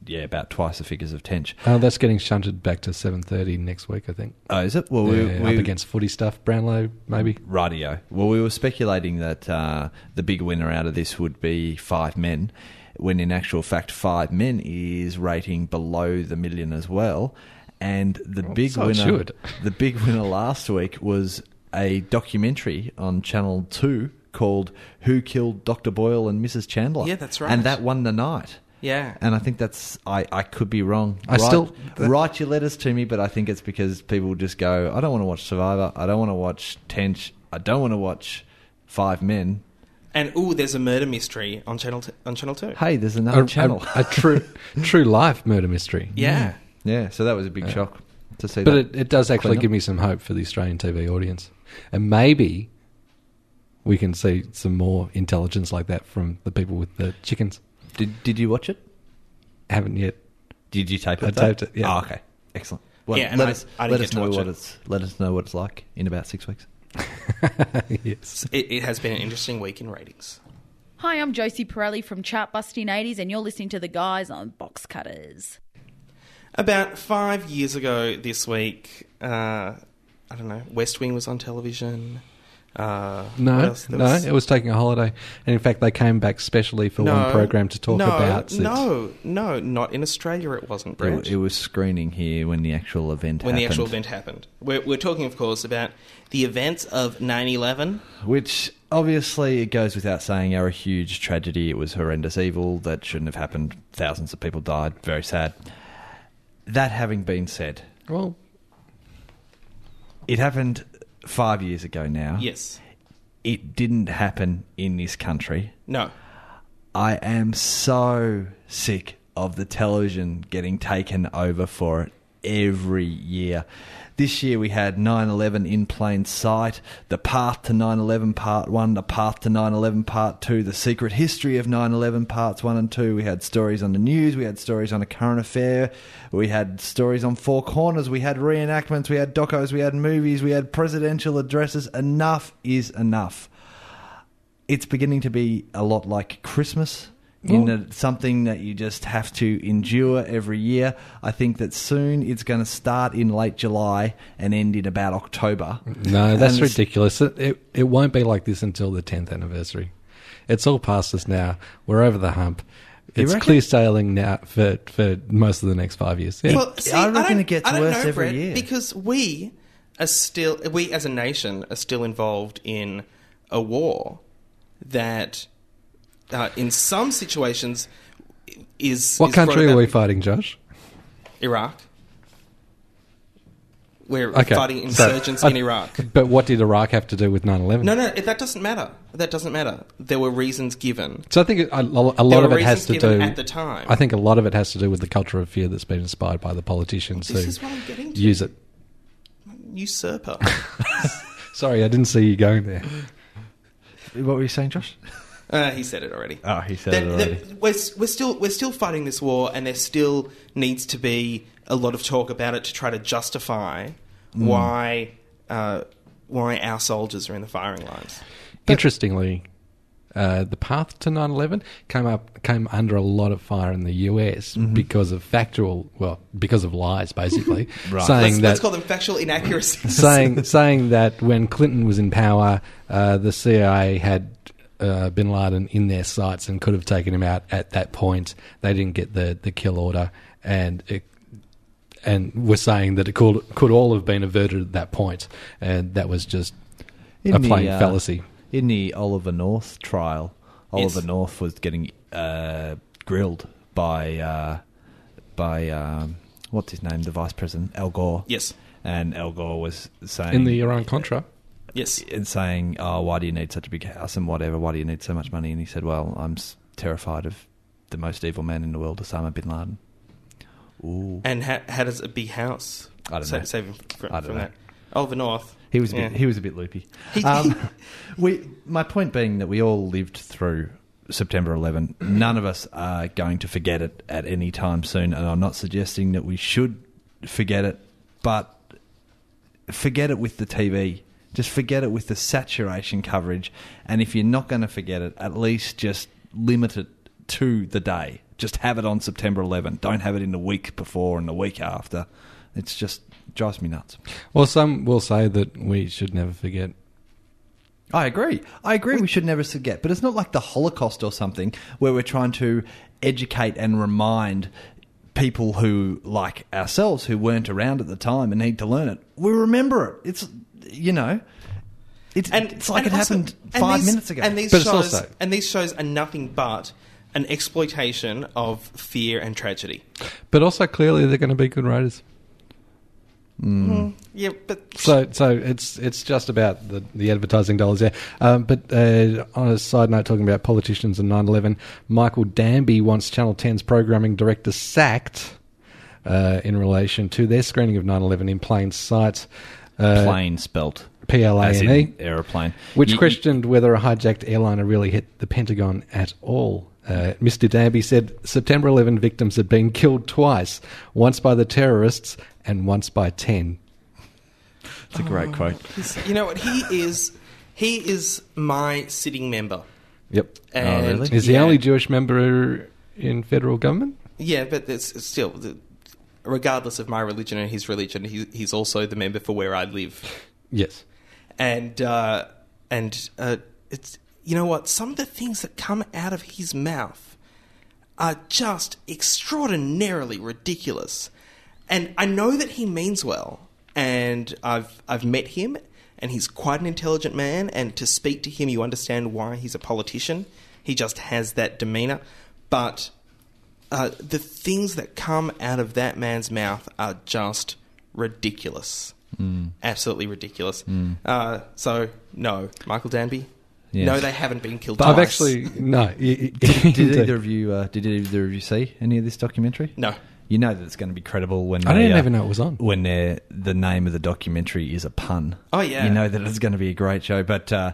C: Yeah, about twice the figures of Tench.
A: Uh, that's getting shunted back to seven thirty next week, I think.
C: Oh, is it? Well,
A: Yeah,
C: we,
A: up
C: we,
A: against footy stuff, Brownlow maybe.
C: Radio. Well, we were speculating that uh, the big winner out of this would be Five Men, when in actual fact, Five Men is rating below the million as well. And the big
A: so it
C: winner,
A: should.
C: the big winner last week was a documentary on Channel Two called "Who Killed Dr. Boyle and Mrs. Chandler."
B: Yeah, that's
C: And
B: right.
C: that won the night.
B: Yeah.
C: And I think that's I, I could be wrong.
A: I still-
C: write your letters to me, but I think it's because people just go, I don't want to watch Survivor, I don't want to watch Tench, I don't want to watch Five Men.
B: And ooh, there's a murder mystery on channel t- on channel two.
C: Hey, there's another
A: a,
C: channel.
A: a, a true true life murder mystery.
B: yeah.
C: yeah, so that was a big shock to see
A: But
C: that.
A: it, it does actually
C: Cleaner.
A: give me some hope for the Australian TV audience. And maybe we can see some more intelligence like that from the people with the chickens.
C: did did you watch it?
A: Haven't yet.
C: Did you tape it?
A: I
C: though?
A: taped it, yeah.
C: Oh, okay. Excellent. Well,
B: Yeah, and
C: let
B: I-
C: us
B: I didn't
C: let
B: get
C: us
B: to
C: know
B: watch
C: what
B: it.
C: it's let us know what it's like in about six weeks.
A: yes.
B: It, it has been an interesting week in ratings.
G: Hi, I'm Josie Pirelli from Chartbusting 80s, and you're listening to the guys on Box Cutters.
B: About five years ago this week, uh, I don't know, West Wing was on television. Uh, what
A: No,
B: else? There
A: no, it was taking a holiday. And in fact, they came back specially for one program to talk
B: no,
A: about it.
B: No, no, not in Australia it wasn't, Brett.
C: It, it was screening here when the actual event
B: when the
C: happened.
B: actual event happened. We're, we're talking, of course, about the events of 9 11.
C: Which obviously it goes without saying are a huge tragedy. It was horrendous evil that shouldn't have happened. Thousands of people died. Very sad. That having been said,
A: Well,
C: it happened five years ago now.
B: Yes.
C: It didn't happen in this country.
B: No.
C: I am so sick of the television getting taken over for it every year. This year we had 9 11 in plain sight, The Path to 9 11 Part 1, The Path to 9 11 Part 2, The Secret History of 9 11 Parts 1 and 2. We had stories on the news, we had stories on a current affair, we had stories on Four Corners, we had reenactments, we had docos, we had movies, we had presidential addresses. Enough is enough it's beginning to be a lot like Christmas. In that it's something that you just have to endure every year. I think that soon it's going to start in late July and end in about October.
A: no,
C: And
A: that's
C: it's-
A: ridiculous. It, it, it won't be like this until the 10th anniversary. It's all past us now. We're over the hump. It's
C: reckon?
A: clear sailing now for, for most of the next five years. Yeah.
B: Well, see,
C: I
B: I
C: reckon
B: don't-
C: it gets
B: I don't
C: worse
B: know,
C: every
B: Brett,
C: year.
B: because we are still we as a nation are still involved in a war that, uh, in some situations, is
A: What
B: is brought
A: country are
B: about-
A: we fighting, Josh?
B: Iraq. We're
A: Okay,
B: fighting
A: so-
B: insurgents in
A: I-
B: Iraq.
A: But what did Iraq have to do with 9 11?
B: No, no, it- that doesn't matter. That doesn't matter. There were reasons given.
A: So I think a, a
B: There
A: lot
B: were
A: of it has
B: reasons
A: to
B: given
A: do
B: at the time.
A: I think a lot of it has to do with the culture of fear that's been inspired by the politicians
B: This
A: who
B: is what I'm getting to.
A: use it.
B: Usurper.
A: Sorry, I didn't see you going there.
C: What were you saying, Josh?
B: uh, he said it already.
C: Oh, he said
B: That-
C: it
B: that-
C: already.
B: we're, s- we're still we're still fighting this war, and there still needs to be a lot of talk about it to try to justify
C: Hmm.
B: why uh, why our soldiers are in the firing lines.
A: Interestingly, uh, the path to 9/11 came up came under a lot of fire in the US because of factual, well, because of lies, basically,
B: Let's,
A: saying
B: let's
A: that
B: call them factual inaccuracies.
A: saying saying that when Clinton was in power, uh, the CIA had. Uh, bin Laden in their sights and could have taken him out at that point. They didn't get the, the kill order, and it, and were saying that it could could all have been averted at that point, and that was just a plain
C: uh,
A: fallacy.
C: In the Oliver North trial,
B: Yes.
C: Oliver North was getting uh, grilled by uh, by um, what's his name, the vice president, Al Gore.
B: Yes.
C: and Al Gore was saying
A: in the Iran Contra.
B: yes,
C: and saying, "Oh, why do you need such a big house and whatever? Why do you need so much money?" And he said, "Well, I'm s- terrified of the most evil man in the world, Osama bin Laden." Ooh,
B: and how, how does a big house
C: I don't
B: sa-
C: know.
B: save him fr-
C: I don't
B: from
C: know.
B: that? Oliver North.
C: he was a
B: Yeah.
C: bit, he was a bit loopy.
B: He-
C: Um, we, my point being that we all lived through September 11. None of us are going to forget it at any time soon, and I'm not suggesting that we should forget it, but forget it with the TV. Just forget it with the saturation coverage, and if you're not going to forget it, at least just limit it to the day. Just have it on September 11. Don't have it in the week before and the week after. It's just drives me nuts.
A: Well, some will say that we should never forget.
C: I agree. I agree. We should never forget, but it's not like the Holocaust or something where we're trying to educate and remind people who, like ourselves, who weren't around at the time and need to learn it. We remember it. It's you know, it's it's like it
B: and also-
C: happened
B: and
C: five
B: these-
C: minutes ago.
B: And these
A: But it's
B: shows
A: also-
B: and these shows are nothing but an exploitation of fear and tragedy.
A: But also, clearly, they're going to be good writers.
B: Yeah, but
A: So, so it's it's just about the, the advertising dollars there. Um, but uh, on a side note, talking about politicians and 9/11, Michael Danby wants Channel 10's programming director sacked uh, in relation to their screening of 9/11 in plain sight. Uh,
C: plane spelt
A: as in PLANE.
C: aeroplane,
A: E. which questioned whether a hijacked airliner really hit the Pentagon at all. Uh, Mr. Danby said September 11 victims had been killed twice, once by the terrorists and once by 10.
C: It's a great quote.
B: you know what? He is he is my sitting member.
A: Yep.
B: And
C: really?
A: Is the
B: yeah.
A: only Jewish member in federal government?
B: Yeah, but it's, it's still the- regardless of my religion and his religion, he, he's also the member for where I live.
A: Yes.
B: and uh, and uh, it's you know what some of the things that come out of his mouth are just extraordinarily ridiculous and I know that he means well and I've I've met him and he's quite an intelligent man and to speak to him you understand why he's a politician he just has that demeanor but uh, the things that come out of that man's mouth are just ridiculous. Absolutely ridiculous. Uh, so, no, Michael Danby.
C: Yeah.
B: No, they haven't been killed.
A: But I've
B: twice.
A: actually. No. Did,
C: Did either of you? Uh, did either of you see any of this documentary?
B: No.
C: You know that it's going to be credible when
A: I
C: they,
A: didn't
C: uh,
A: even know it was on.
C: When they're- the name of the documentary is a pun.
B: Oh, yeah.
C: you know that it's going to be a great show. But uh,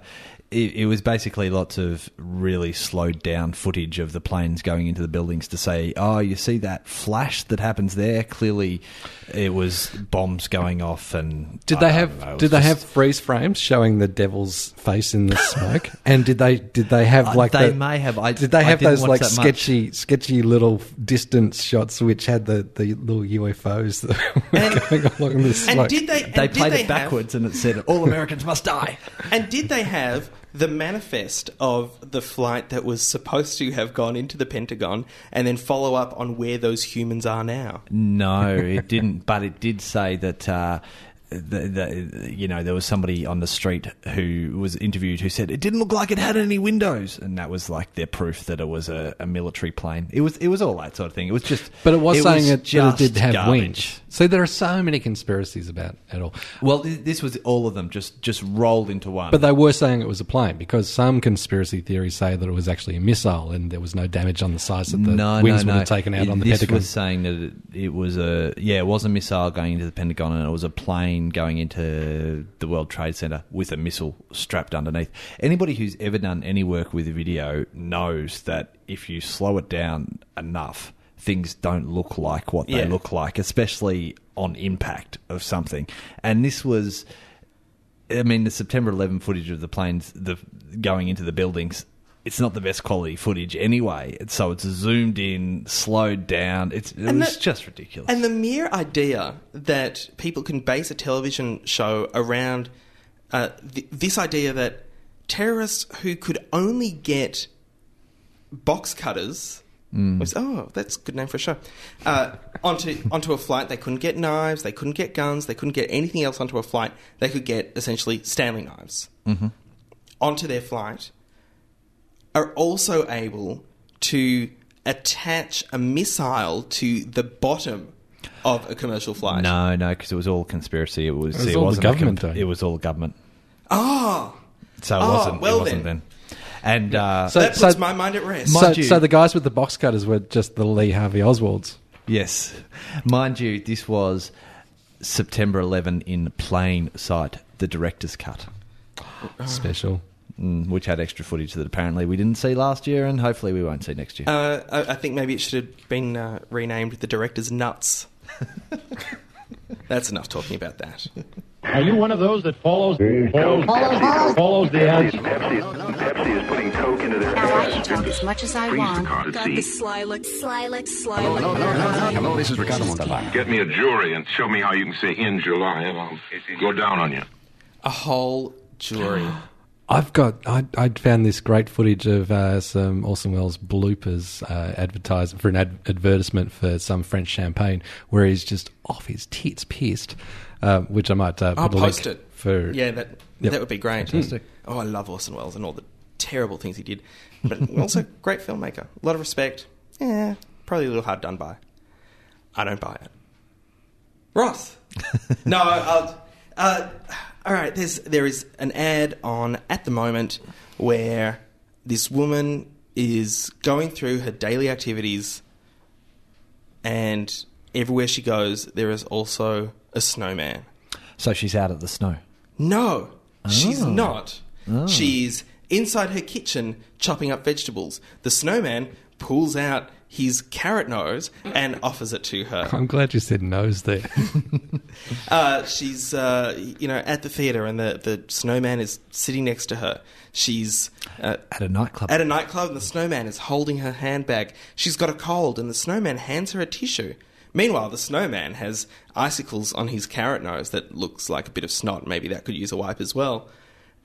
C: it, it was basically lots of really slowed down footage of the planes going into the buildings to say, "Oh, you see that flash that happens there? Clearly, it was bombs going off." And
A: Did
C: I
A: they
C: don't
A: have?
C: know, it
A: did
C: was
A: they
C: just-
A: have freeze frames showing the devil's face in the smoke? and did they? Did they have
C: Uh,
A: like?
C: they
A: the-
C: may have. I-
A: did they
C: I
A: have
C: didn't
A: those
C: watch
A: like
C: that much.
A: sketchy, sketchy little f- distance shots which had the, the little UFOs that were
B: And-
A: going along the smoke?
B: And did they? And
C: They
B: did
C: played
B: they
C: it
B: have-
C: backwards and it said, "All Americans must die."
B: and did they have the manifest of the flight that was supposed to have gone into the Pentagon, and then follow up on where those humans are now?
C: No, it didn't. But it did say that uh, the, the, you know, there was somebody on the street who was interviewed who said it didn't look like it had any windows, and that was like their proof that it was a, a military plane. It was it was all that sort of thing. It was just,
A: But it was saying it, that it
C: just
A: did have
C: garbage.
A: wings. So there are so many conspiracies about it all.
C: Well, th- this was all of them just just rolled into one.
A: But they were saying it was a plane because some conspiracy theories say that it was actually a missile and there was no damage on the sides that the wings would have taken out
C: It-
A: on the
C: this
A: Pentagon.
C: was saying that it, it was a yeah, it was a missile going into the Pentagon, and it was a plane going into the World Trade Center with a missile strapped underneath. Anybody who's ever done any work with video knows that if you slow it down enough, things don't look like what they
B: Yeah.
C: look like, especially on impact of something. And this was. I mean, the September 11 footage of the planes the going into the buildings. It's not the best quality footage anyway. It's- So it's zoomed in, slowed down. It's it
B: And
C: was
B: the-
C: just ridiculous.
B: And the mere idea that people can base a television show around uh, th- this idea that terrorists who could only get box cutters. Was, oh, that's a good name for a show. Uh, onto onto a flight, they couldn't get knives, they couldn't get guns, they couldn't get anything else onto a flight. They could get essentially Stanley knives onto their flight are also able to attach a missile to the bottom of a commercial flight.
C: no, no, because it was all conspiracy. It was,
A: It was
C: it
A: all the
C: wasn't a
A: government,
C: comp-
A: though.
C: it was all government.
B: Ah,
C: So it
B: Oh,
C: wasn't.
B: well
C: it wasn't
B: then.
C: then. And uh,
A: So-
B: that puts my mind at rest.
A: so,
C: Mind you-
A: so the guys with the box cutters were just the Lee Harvey Oswalds.
C: yes, mind you, this was September 11 in plain sight, the director's cut.
B: Ah.
A: Special.
C: mm, Which had extra footage that apparently we didn't see last year, and hopefully we won't see next year.
B: uh, I, I think maybe it should have been uh, renamed the director's nuts. That's enough talking about that.
F: Are you one of those that follows follows,
H: Follows-
F: follows the ads?
D: Pepsi is, Pepsi is putting coke into their
H: Now I can talk as much as I want.
I: Got the sly look, sly look, sly look.
J: Hello, this is Ricardo Montalban.
K: Get me a jury and show me how you can say in July and I'll go down on you.
B: A whole jury.
A: I've got. I, I found this great footage of uh, some Orson Welles bloopers uh, advertising for an ad- advertisement for some French champagne, where he's just off his tits, pissed. Uh, which I might uh, put
B: I'll
A: a
B: post
A: link
B: it.
A: for.
B: yeah, that that would be great. Oh, I love Orson Welles and all the terrible things he did, but also great filmmaker. A lot of respect. Yeah, probably a little hard done by. I don't buy it. Ross. no, I'll, uh, all right. There's there is an ad on at the moment where this woman is going through her daily activities, and everywhere she goes, there is also a snowman.
C: so she's out at the snow.
B: No, she's not. She's inside her kitchen chopping up vegetables. The snowman pulls out his carrot nose and offers it to her.
A: I'm glad you said nose there.
B: Uh, she's, uh, you know, at the theater, and the, the snowman is sitting next to her. She's uh,
C: At a nightclub.
B: at a nightclub, and the snowman is holding her handbag. She's got a cold, and the snowman hands her a tissue. Meanwhile, the snowman has icicles on his carrot nose that looks like a bit of snot. Maybe that could use a wipe as well.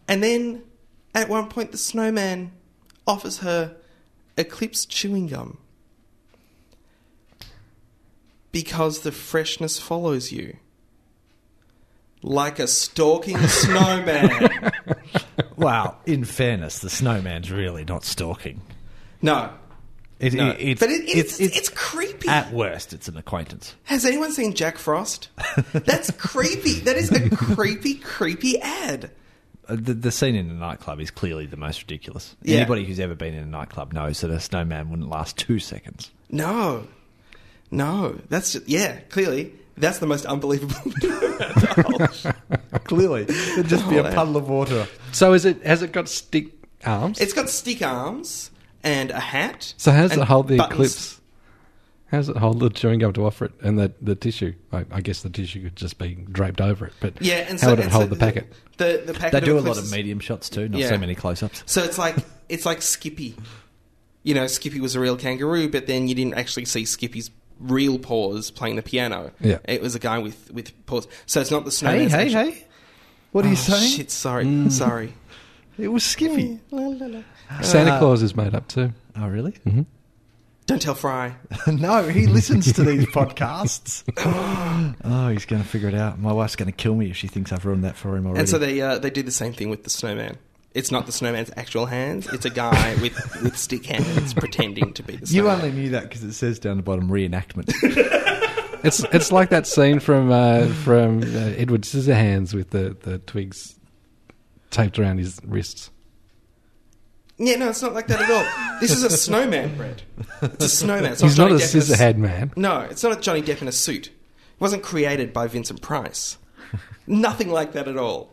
B: And then, at one point, the snowman offers her Eclipse chewing gum. Because the freshness follows you. Like a stalking snowman.
C: wow. In fairness, the snowman's really not stalking.
B: No.
C: It,
B: No.
C: it- it's,
B: but it, it's, it's, creepy.
C: At worst, it's an acquaintance.
B: Has anyone seen Jack Frost? That's creepy. That is a creepy, creepy ad.
C: Uh, The, the scene in a nightclub is clearly the most ridiculous.
B: Yeah.
C: Anybody who's ever been in a nightclub knows that a snowman wouldn't last two seconds.
B: No, no. That's just, yeah. Clearly, that's the most unbelievable. it's
C: Clearly, it'd just
B: be a puddle
C: of water.
A: so is it? Has it got stick arms?
B: got stick arms and a hat.
A: so how does
B: and
A: it hold the
B: buttons.
A: eclipse? How does it hold the chewing gum to offer it and the, the tissue? I, I guess the tissue could just be draped over it, but
B: Yeah, and
A: how
B: so,
A: would it
B: and so
A: hold the packet?
B: The, the packet.
C: They do a lot
B: eclipses-
C: of medium shots too, not
B: Yeah.
C: so many close ups.
B: So it's like it's like Skippy. You know, Skippy was a real kangaroo, but then you didn't actually see Skippy's real paws playing the piano.
A: Yeah.
B: it was a guy with with paws. So it's not the snowman.
C: Hey, hey, hey. What are you saying?
B: Oh, Shit, sorry,
A: Mm.
B: sorry.
C: It was Skiffy.
B: uh,
A: Santa Claus is made up too.
C: Oh, really?
B: Don't tell Fry.
C: no, he listens to these podcasts. oh, he's going to figure it out. My wife's going to kill me if she thinks I've ruined that for him already.
B: And so they uh, they did the same thing with the snowman. It's not the snowman's actual hands. It's a guy with, with stick hands pretending to be the
C: you
B: snowman.
C: only knew that because it says down the bottom reenactment.
A: It's it's like that scene from uh, from uh, Edward Scissorhands with the, the twigs taped around his wrists.
B: yeah, no, it's not like that at all. This is a snowman, Brett. It's a snowman. It's
A: He's not
B: Johnny
A: a
B: Depp in
A: scissor head man.
B: No, it's not a Johnny Depp in a suit. It wasn't created by Vincent Price. Nothing like that at all.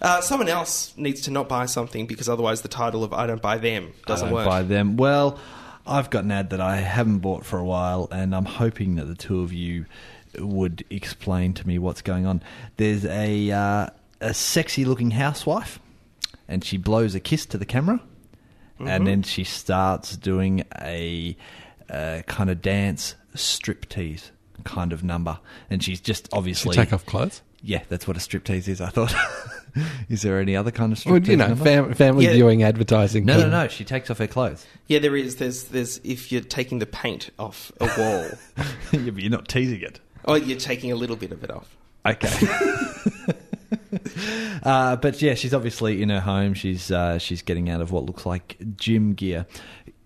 B: Uh, someone else needs to not buy something because otherwise the title of I Don't Buy Them doesn't
C: I don't
B: work.
C: buy them. Well, I've got an ad that I haven't bought for a while, and I'm hoping that the two of you would explain to me what's going on. There's a uh, a sexy looking housewife, and she blows a kiss to the camera,
B: Mm-hmm.
C: and then she starts doing a uh, kind of dance striptease kind of number, and she's just
A: She
C: obviously
A: take off clothes.
C: Yeah, that's what a striptease is. I thought. is there any other kind of striptease?
A: Well, you know,
C: number?
A: fam- family
B: Yeah.
A: viewing advertising.
C: no, no,
A: couldn't-
C: no. She takes off her clothes.
B: Yeah, there is. There's, there's if you're taking the paint off a wall,
C: yeah, but you're not teasing it.
B: or you're taking a little bit of it off.
C: Okay. uh, but yeah, she's obviously in her home. She's uh, she's getting out of what looks like gym gear.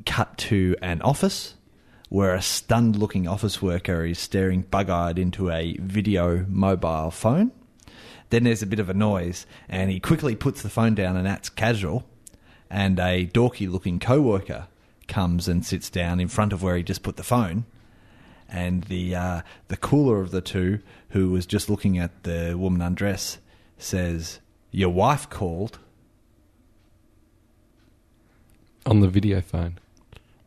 C: Cut to an office where a stunned-looking office worker is staring bug-eyed into a video mobile phone. Then there's a bit of a noise, and he quickly puts the phone down and acts casual. And a dorky-looking coworker comes and sits down in front of where he just put the phone and the uh, the cooler of the two, who was just looking at the woman undress, says, "Your wife called,"
A: on the video phone.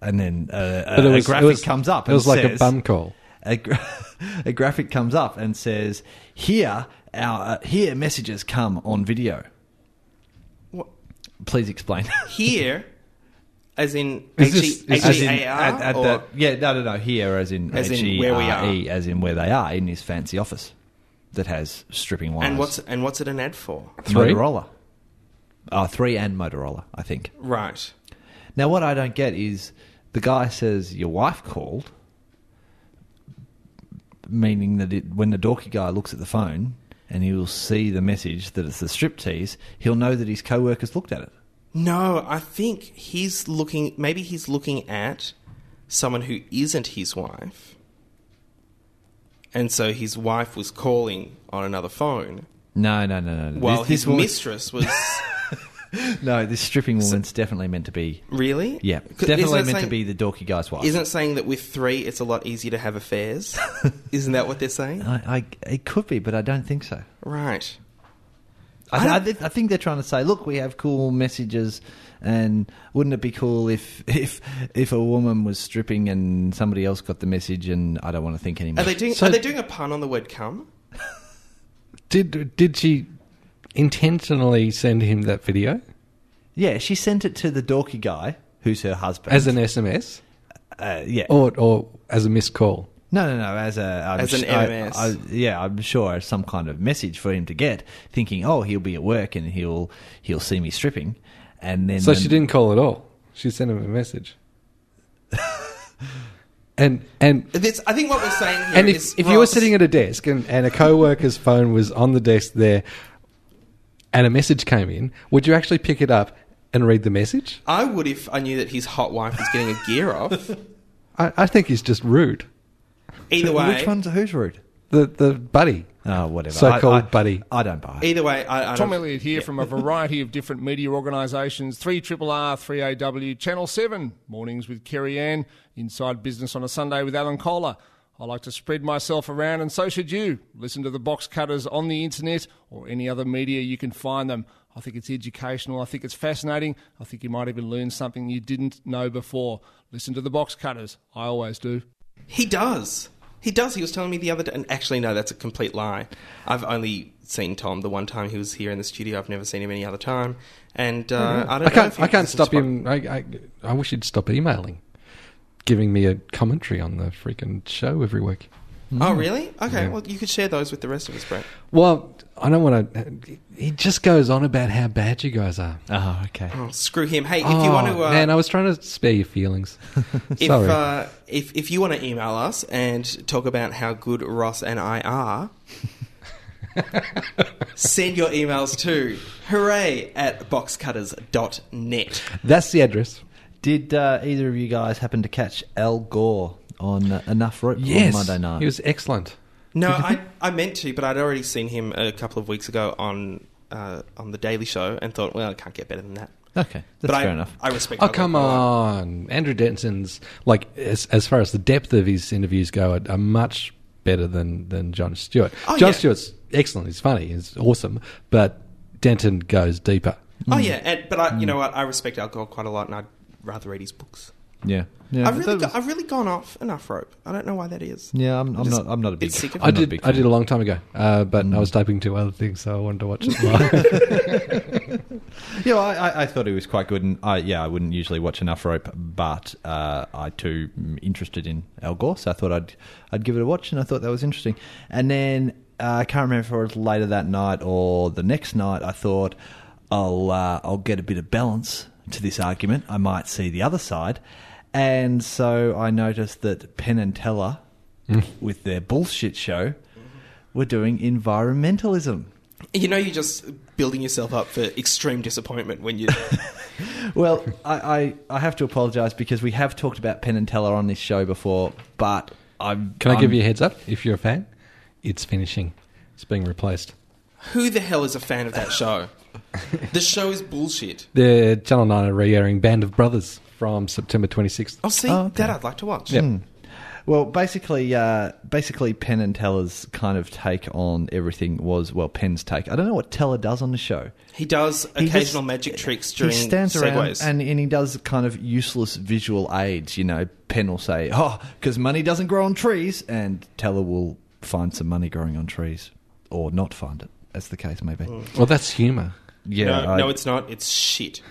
C: and then uh,
A: But
C: a, a graphic
A: was-
C: comes up.
A: It was
C: and
A: like
C: says-
A: a bum call.
C: A, gra- a graphic comes up and says, "Here, our uh, here messages come on video."
B: What?
C: Please explain.
B: Here, as in
A: Is this-
B: H-E-
A: is this in-
B: H-E-A-R,
C: At- at
B: or-
C: the- yeah, no, no, no. Here, as in
B: As in where we are.
C: H E R E, as in where they are in this fancy office that has stripping wires.
B: and what's and what's it an ad for?
A: Three?
C: Motorola. Oh, three and Motorola, I think.
B: Right.
C: Now, what I don't get is the guy says your wife called, meaning that it, when the dorky guy looks at the phone and he will see the message that it's the striptease, he'll know that his co-workers looked at it.
B: No, I think he's looking. Maybe he's looking at someone who isn't his wife, and so his wife was calling on another phone
C: No, no, no, no. no.
B: while
C: this, this
B: his
C: woman-
B: mistress was
C: no, this stripping woman's definitely meant to be.
B: really.
C: Yeah,
B: Could-
C: definitely
B: isn't it
C: meant to
B: saying-
C: be the dorky guy's wife.
B: Isn't it saying that with three, it's a lot easier to have affairs? isn't that what they're saying?
A: Uh-huh.
C: I, I, it could be, but I don't think so.
B: Right.
C: I,
B: I
C: th- I,
B: don't-
C: th- I think they're trying to say, look, we have cool messages, and wouldn't it be cool if if if a woman was stripping and somebody else got the message? And I don't want to think anymore.
B: Are they doing?
A: So-
B: are they doing a pun on the word "cum"?
A: Did did she intentionally send him that video
C: yeah, she sent it to the dorky guy who's her husband.
A: as an SMS
C: uh, yeah,
A: or or as a missed call?
C: no, no, no, as a I'm
B: Oh. As an
C: sh- I-
B: MMS.
C: I- yeah, I'm sure some kind of message for him to get, thinking, oh, he'll be at work and he'll he'll see me stripping, and then
A: So
C: when-
A: she didn't call at all. She sent him a message. and and
B: This, I think what we're saying here
A: and
B: is-
A: if, if you
B: Ross,
A: were sitting at a desk and, and a co-worker's phone was on the desk there and a message came in, would you actually pick it up and read the message?
B: I would if I knew that his hot wife was getting a gear off.
A: I, I think he's just rude.
B: Either way,
C: Which one's who's rude?
A: The the buddy.
C: Oh, whatever.
A: So-called
C: I- I-
A: buddy.
C: I don't buy. it.
B: Either way, I, I
L: Tom
B: don't.
L: Elliott here from a variety of different media organisations 3RRR, 3AW, Channel 7, mornings with Kerry Ann, Inside Business on a Sunday with Alan Kohler. I like to spread myself around, and so should you. Listen to the box cutters on the internet or any other media you can find them. I think it's educational. I think it's fascinating. I think you might even learn something you didn't know before. Listen to the box cutters. I always do.
B: He does. He does. He was telling me the other day. And actually, no, that's a complete lie. I've only seen Tom the one time he was here in the studio. I've never seen him any other time. And uh, I don't.
A: Oh, I
B: know if
A: can't
B: he
A: I can't
B: listens
A: stop
B: to-
A: him. I, I I wish he'd stop emailing, giving me a commentary on the freaking show every week.
B: Oh, really? Okay. Well, you could share those with the rest of us, Brett.
A: Well, I don't want to. He just goes on about how bad you guys are. Oh,
C: Oh, okay.
B: Oh, screw him. Hey, if you want to, uh,
A: man, I was trying to spare your feelings.
B: if,
A: Sorry.
B: uh, if if you want to email us and talk about how good Ross and I are, send your emails to hooray at boxcutters.net.
A: That's the address.
C: Did uh, either of you guys happen to catch Al Gore on uh, Enough Rope
A: Yes,
C: on Monday night?
A: he was excellent.
B: No, I, I meant to, but I'd already seen him a couple of weeks ago on uh, on the Daily Show and thought, well, I can't get better than that.
C: okay, that's
B: but
C: fair
B: I,
C: enough.
B: I respect.
A: Oh
B: Al
A: come
B: Gore a lot.
A: on, Andrew Denson's like as, as far as the depth of his interviews go, are, are much better than than John Stewart.
B: Oh,
A: John
B: yeah.
A: Stewart's excellent. He's funny. He's awesome. But Denton goes deeper.
B: Oh yeah, and, but
C: Mm.
B: I, you know what? I respect Al Gore quite a lot, and I'd rather read his books.
C: yeah, yeah,
B: I've
C: but
B: really,
C: that
B: go- I've really gone off enough rope. I don't know why that is.
C: yeah. I'm, I'm
B: just-
C: not. I'm not a big.
B: it's sick of
A: I
C: I'm not a
A: did.
C: big
A: I did
C: fan. Mm.
A: a long time ago, uh, but I was typing two other things, so I wanted to watch it live.
C: Yeah, I, I, I thought he was quite good, and I yeah, I wouldn't usually watch enough rope, but uh, I too am interested in Al Gore, so I thought I'd I'd give it a watch, and I thought that was interesting. And then uh, I can't remember if it was later that night or the next night. I thought I'll uh, I'll get a bit of balance to this argument. I might see the other side, and so I noticed that Penn and Teller, with their bullshit show, were doing environmentalism.
B: You know, you're just building yourself up for extreme disappointment when you.
C: Well, I, I, I have to apologise because we have talked about Penn and Teller on this show before, but I'm.
A: Can I
C: I'm-
A: give you a heads up if you're a fan? It's finishing. It's being replaced.
B: Who the hell is a fan of that show? the show is bullshit.
A: The Channel Nine are re-airing Band of Brothers from September 26th.
B: Oh, see,
C: Oh, okay.
B: that I'd like to watch.
C: Hmm. Well, basically, uh, basically, Penn and Teller's kind of take on everything was well, Penn's take. I don't know what Teller does on the show.
B: He does
C: He
B: occasional
C: just-
B: magic tricks during
C: he stands
B: segues.
C: around and, and he does kind of useless visual aids. You know, Penn will say, "Oh, because money doesn't grow on trees," and Teller will find some money growing on trees, or not find it, as the case may be.
A: Well, that's humour.
C: Yeah,
B: Mm. no,
C: I-
B: no, it's not. It's shit.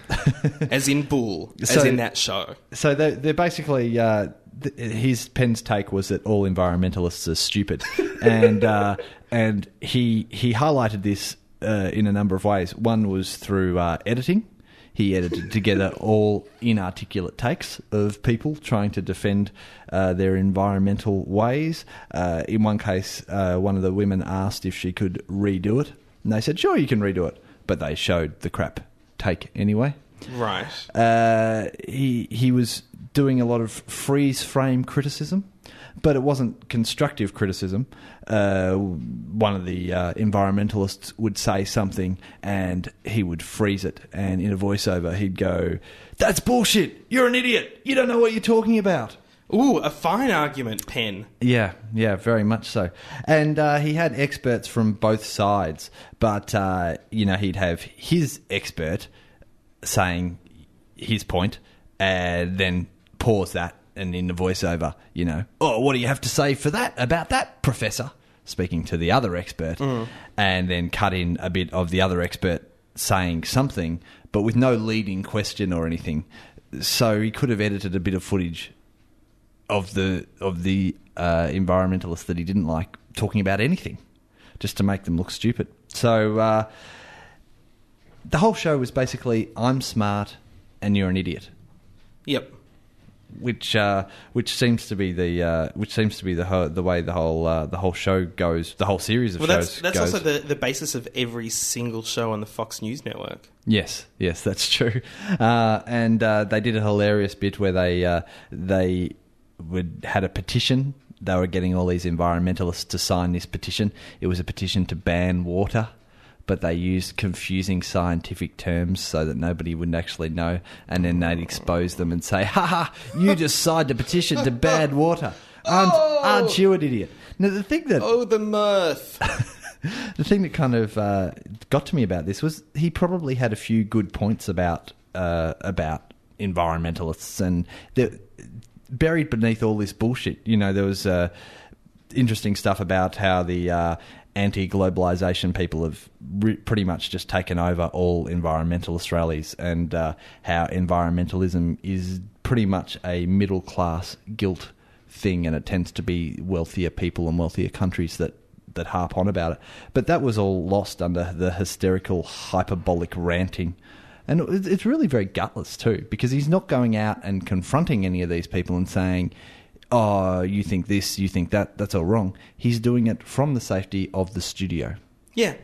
B: as in bull.
C: So-
B: as in that show.
C: so they're, they're basically uh, th- his Penn's take was that all environmentalists are stupid, and uh, and he he highlighted this uh, in a number of ways. One was through uh, editing. He edited together all inarticulate takes of people trying to defend uh, their environmental ways. Uh, in one case, uh, one of the women asked if she could redo it, and they said, "Sure, you can redo it," but they showed the crap take anyway
B: Right.
C: uh, he he was doing a lot of freeze frame criticism, but it wasn't constructive criticism. Uh, one of the uh, environmentalists would say something, and he would freeze it, and in a voiceover he'd go, "That's bullshit. You're an idiot. You don't know what you're talking about."
B: Ooh, a fine argument, Pen.
C: Yeah, yeah, very much so. And uh, he had experts from both sides, but uh, you know he'd have his expert saying his point, and then pause that, and in the voiceover, you know, oh, what do you have to say for that about that, Professor? Speaking to the other expert, and then cut in a bit of the other expert saying something, but with no leading question or anything. So he could have edited a bit of footage of the of the uh, environmentalists that he didn't like talking about anything, just to make them look stupid. So uh, the whole show was basically I'm smart and you're an idiot,
B: Yep.
C: which uh, which seems to be the uh, which seems to be the ho- the way the whole uh, the whole show goes, the whole series of
B: Well, that's,
C: shows.
B: that's
C: goes.
B: also the, the basis of every single show on the Fox News Network.
C: Yes, yes, that's true. Uh, and uh, they did a hilarious bit where they uh, they would had a petition. They were getting all these environmentalists to sign this petition. It was a petition to ban water, but they used confusing scientific terms so that nobody would actually know. And then they'd expose them and say, "Ha ha! You just signed a petition to ban water. Aren't, aren't you an idiot?" Now the thing that
B: Oh, the mirth.
C: the thing that kind of uh, got to me about this was he probably had a few good points about uh, about environmentalists and the, buried beneath all this bullshit. You know, there was uh, interesting stuff about how the uh, anti-globalization people have re- pretty much just taken over all environmentalist rallies, and uh, how environmentalism is pretty much a middle-class guilt thing, and it tends to be wealthier people and wealthier countries that that harp on about it. But that was all lost under the hysterical, hyperbolic ranting. And it- it's really very gutless too, because he's not going out and confronting any of these people and saying, "Oh, you think this, you think that, that's all wrong." He's doing it from the safety of the studio.
B: Yeah.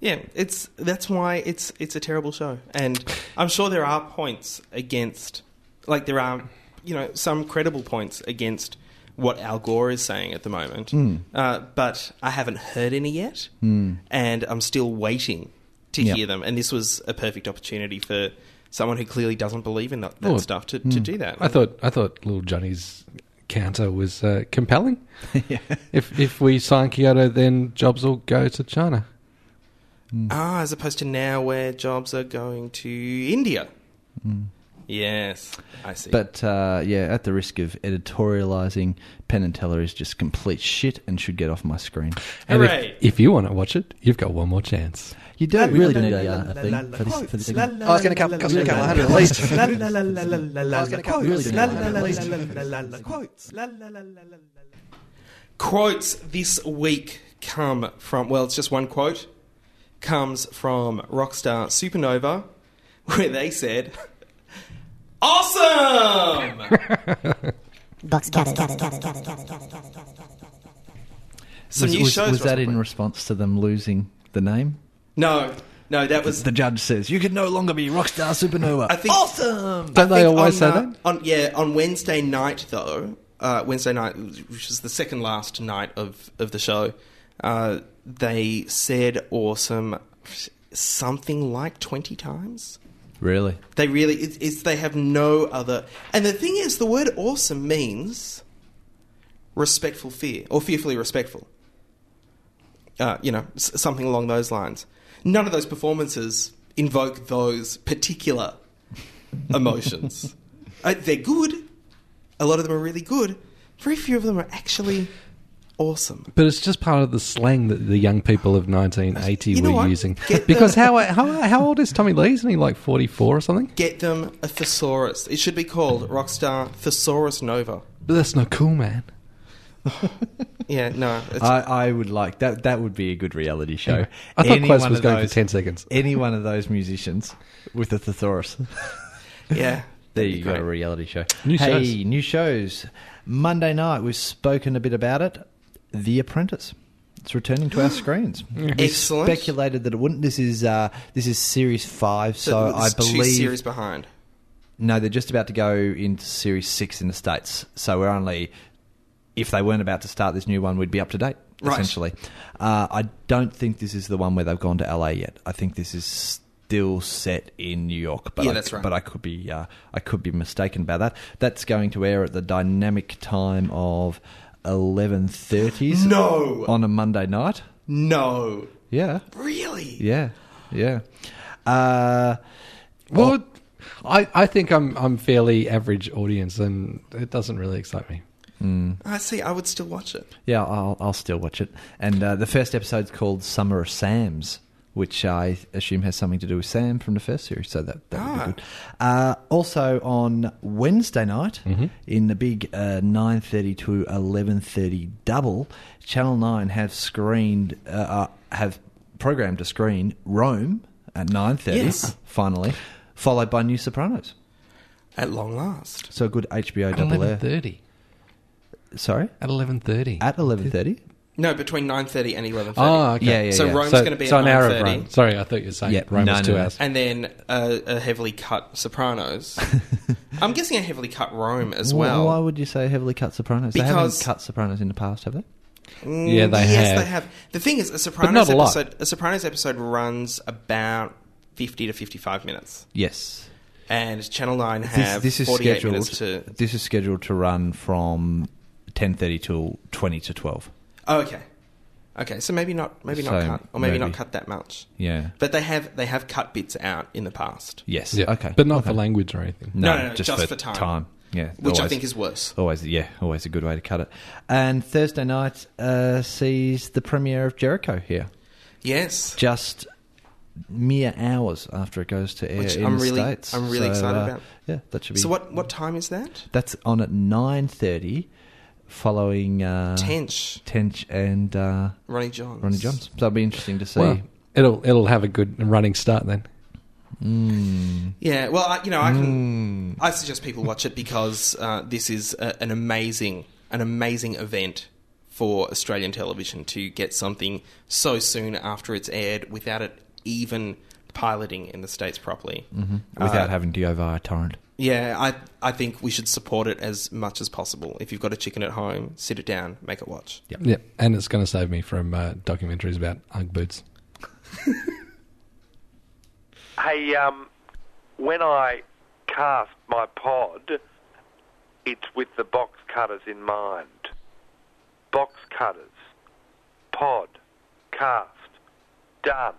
B: Yeah, it's that's why it's it's a terrible show. And I'm sure there are points against like there are, you know, some credible points against what Al Gore is saying at the moment.
C: Hmm.
B: Uh, but I haven't heard any yet.
C: Hmm.
B: And I'm still waiting to
C: Yeah.
B: hear them. And this was a perfect opportunity for someone who clearly doesn't believe in that, that
A: Oh,
B: stuff to, to
C: Hmm.
A: mm.
B: do that.
A: I thought I thought little Johnny's counter was uh, compelling. If if we sign Kyoto, then jobs will go to China.
B: Ah, as opposed to now where jobs are going to India.
C: Hmm.
B: Yes, I see.
C: But uh, yeah, at the risk of editorializing, Penn and Teller is just complete shit and should get off my screen.
A: And
B: Hooray.
A: if, if you want to watch it, you've got one more chance.
C: You don't really need a,
M: la,
C: uh, a
M: la, la,
C: thing
M: la,
C: for this, for this
M: la,
C: segment.
M: la, I was gonna come- come- come-
C: hundred
M: at least.
C: I was gonna come- really gonna come at least.
B: Quotes this week come from, well, it's just one quote, comes from Rockstar Supernova, where they said, Awesome!
N: Box cutters.
B: Some
C: was,
B: new
C: was-
B: shows
C: was
B: or
C: that in response to them losing the name?
B: No, no, that was.
C: The judge says you can no longer be Rockstar Supernova.
B: I think, awesome!
C: Don't they always say that?
B: On, yeah, on Wednesday night, though, uh, Wednesday night, which was the second last night of, of the show, uh, they said awesome something like 20 times.
C: Really?
B: They really, it's, it's, they have no other. And the thing is, the word awesome means respectful fear, or fearfully respectful. Uh, you know, s- something along those lines. None of those performances invoke those particular emotions. uh, they're good. A lot of them are really good. Very few of them are actually awesome.
A: But it's just part of the slang that the young people of 1980
B: You know
A: were
B: what?
A: using.
B: Get
A: Because
B: the-
A: how, how how old is Tommy Lee? Isn't he like 44 or something?
B: Get them a thesaurus. It should be called Rockstar Thesaurus Nova.
A: But that's not cool, man.
B: Yeah, no. It's,
C: I, I would like that. That would be a good reality show.
A: I thought
C: Any
A: Quest
C: one
A: was
C: of
A: going for
C: those-
A: 10 seconds.
C: Any one of those musicians with a thesaurus.
B: yeah.
C: There you go, a reality show.
A: New
C: hey,
A: shows.
C: new shows. Monday night, we've spoken a bit about it. The Apprentice. It's returning to our screens. We
B: Excellent.
C: speculated that it wouldn't. This is uh, this is series five, so I
B: it's
C: believe
B: two series behind.
C: no, they're just about to go into series six in the states. So we're only if they weren't about to start this new one, we'd be up to date.
B: Right.
C: Essentially, uh, I don't think this is the one where they've gone to LA yet. I think this is still set in New York. But
B: Yeah,
C: I,
B: that's right.
C: But I could be uh, I could be mistaken about that. That's going to air at the dynamic time of eleven thirties.
B: No.
C: on a Monday night.
B: No.
C: Yeah,
B: Really?
C: yeah, yeah. Uh,
A: Well, I, I think I'm I'm fairly average audience, and it doesn't really excite me.
B: I see. I would still watch it.
C: Yeah, I'll, I'll still watch it. And uh, the first episode's called Summer of Sam's, which I assume has something to do with Sam from the first series. So that, that would
B: Ah.
C: be good. Uh, also on Wednesday night in the big uh, nine thirty to eleven thirty double, Channel Nine have screened uh, uh, have programmed to screen Rome at nine thirty.
B: Yes.
C: Finally, followed by New Sopranos.
B: At long last.
C: So a good HBO
A: At
C: double
A: eleven
C: air.
A: thirty.
C: Sorry,
A: At eleven thirty.
C: at eleven thirty.
B: No, between 9.30 and 11.30.
A: Oh, okay.
C: Yeah, yeah,
B: So
C: yeah.
B: Rome's
A: so,
B: going to be
A: so
B: at
A: an hour of
B: 9.30.
A: Rome. Sorry, I thought you were saying
C: Yeah,
A: Rome
C: no,
A: was
C: no,
A: two
C: no.
A: hours.
B: And then uh, a heavily cut Sopranos. I'm guessing a heavily cut Rome as well.
C: Why would you say heavily cut Sopranos? they haven't
B: Because-
C: cut Sopranos in the past, have they?
B: Mm,
A: Yeah, they
B: yes,
A: have.
B: they have. The thing is, a
A: not
B: Sopranos
A: a lot.
B: episode. A Sopranos episode runs about fifty to fifty-five minutes,
C: Yes.
B: and Channel Nine have
C: this, this is
B: forty-eight
C: scheduled.
B: minutes to.
C: This is scheduled to run from ten thirty till twenty to twelve.
B: Oh, okay, okay. So maybe not, maybe not
C: So,
B: cut, or maybe,
C: maybe.
B: not cut that much.
C: Yeah.
B: But they have they have cut bits out in the past,
C: Yes.
A: yeah,
C: Okay.
A: but not
C: okay.
A: for language or anything.
B: No, no, no, just for time.
C: Yeah.
B: which I think is worse.
C: always yeah always a good way to cut it. And Thursday night uh, sees the premiere of Jericho here,
B: Yes,
C: just mere hours after it goes to air
B: Which
C: in
B: I'm
C: the
B: really-
C: states.
B: I'm really excited about.
C: Yeah, that should be
B: So what what time is that?
C: That's on at nine thirty following uh,
B: Tench,
C: Tench, and uh,
B: Ronnie Johns.
C: Ronnie Johns. So it'll be interesting to see.
A: Well, it'll it'll have a good running start then.
C: Mm.
B: Yeah, well, I, you know, I can. I suggest people watch it because uh, this is a, an amazing, an amazing event for Australian television to get something so soon after it's aired without it even piloting in the states properly.
C: hmm Without
B: Uh,
C: having to go via torrent.
B: Yeah, I I think we should support it as much as possible. If you've got a chicken at home, sit it down, make it watch.
A: Yeah, and it's going to save me from uh, documentaries about Ugg boots.
M: Hey, um, when I cast my pod, it's with the box cutters in mind. Box cutters, pod, cast, done.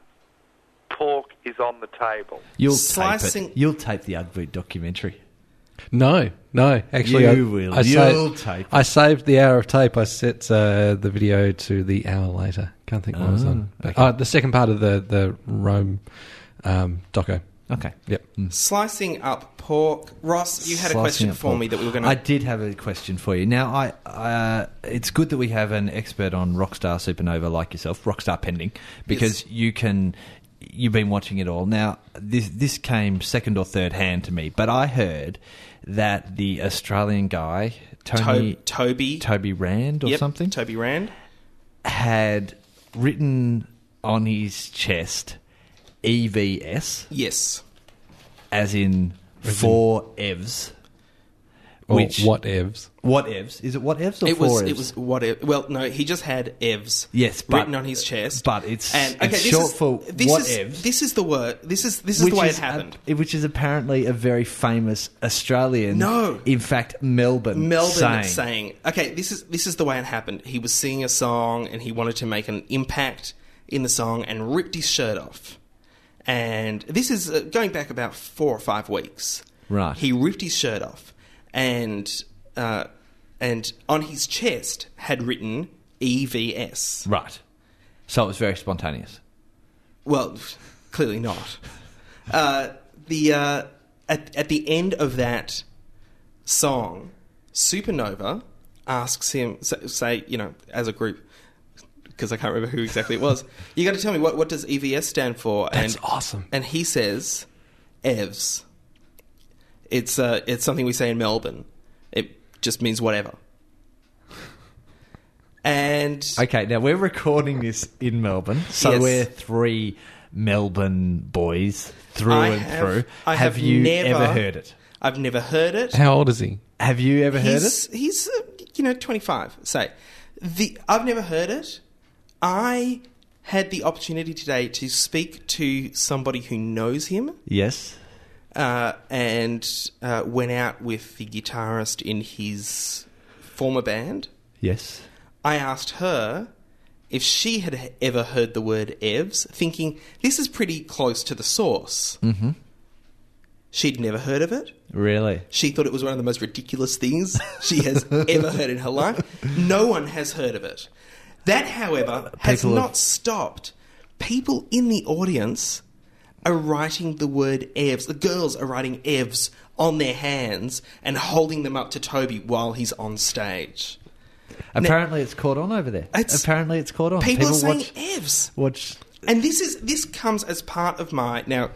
M: Pork is on the table.
C: You'll
B: Slicing-
C: tape it. You'll tape the Ugg Boot documentary.
A: No, no, actually,
C: You
A: I,
C: will.
A: I
C: You'll
A: saved,
C: tape
A: I saved the hour of tape. I set uh, the video to the hour later. Can't think what I was on.
C: Oh, okay.
A: Uh, the second part of the the Rome um, doco.
C: Okay.
A: Yep.
B: Slicing up pork, Ross. You had a
C: Mm. Slicing
B: question
C: up
B: for
C: pork.
B: me that we were going
C: I
B: to.
C: did have a question for you. Now, I uh, it's good that we have an expert on Rockstar Supernova like yourself, Rockstar Pending, because you can you've been watching it all. Now, this this came second or third hand to me, but I heard that the Australian guy Tony
B: Toby
C: Toby Rand or
B: Yep,
C: something
B: Toby Rand.
C: had written on his chest EVS
B: Yes.
C: as in
A: As in-
C: four evs.
A: Or
C: Which
A: what evs?
C: What evs? Is it what evs or
B: It
C: four
B: was.
C: evs?
B: It was what? It, well, no, he just had evs.
C: Yes, but-
B: written on his chest.
C: but it's- it's short for
B: this
C: what
B: is,
C: evs?
B: This is the word. This is this is the way it happened.
C: a- which is apparently a very famous Australian.
B: No.
C: in fact, Melbourne.
B: Melbourne saying.
C: saying.
B: okay, this is this is the way it happened. He was singing a song and he wanted to make an impact in the song and ripped his shirt off. And this is uh, going back about four or five weeks.
C: Right.
B: He ripped his shirt off and uh, and on his chest had written E EVS.
C: right. So it was very spontaneous.
B: Well, clearly not. Uh, the uh, at at the end of that song, Supernova asks him, sa- say, you know, as a group, because I can't remember who exactly it was. you got to tell me what what does EVS stand for?
A: That's awesome.
B: And he says, EVS. It's uh, it's something we say in Melbourne. It just means whatever. And
C: Okay, now we're recording this in Melbourne, so
B: Yes.
C: we're three Melbourne boys through
B: I
C: and
B: have-
C: through.
B: I
C: have,
B: have
C: you
B: never-
C: ever heard it?
B: I've never heard it.
A: How old is he?
C: Have you ever heard it?
B: he's, He's uh, you know twenty five. Say, the I've never heard it. I had the opportunity today to speak to somebody who knows him,
C: Yes.
B: uh, and uh, went out with the guitarist in his former band.
C: Yes.
B: I asked her if she had h- ever heard the word evs, thinking this is pretty close to the source.
C: Mm-hmm.
B: She'd never heard of it.
C: Really?
B: She thought it was one of the most ridiculous things she has ever heard in her life. No one has heard of it. That, however, has
C: People have-
B: not stopped people in the audience are writing the word evs. The girls are writing evs on their hands and holding them up to Toby while he's on stage.
C: Apparently, it's caught on over there.
B: It's-
C: Apparently, it's caught on.
B: People, are saying
C: Oh, watch,
B: evs.
C: watch
B: And this is this comes as part of my now.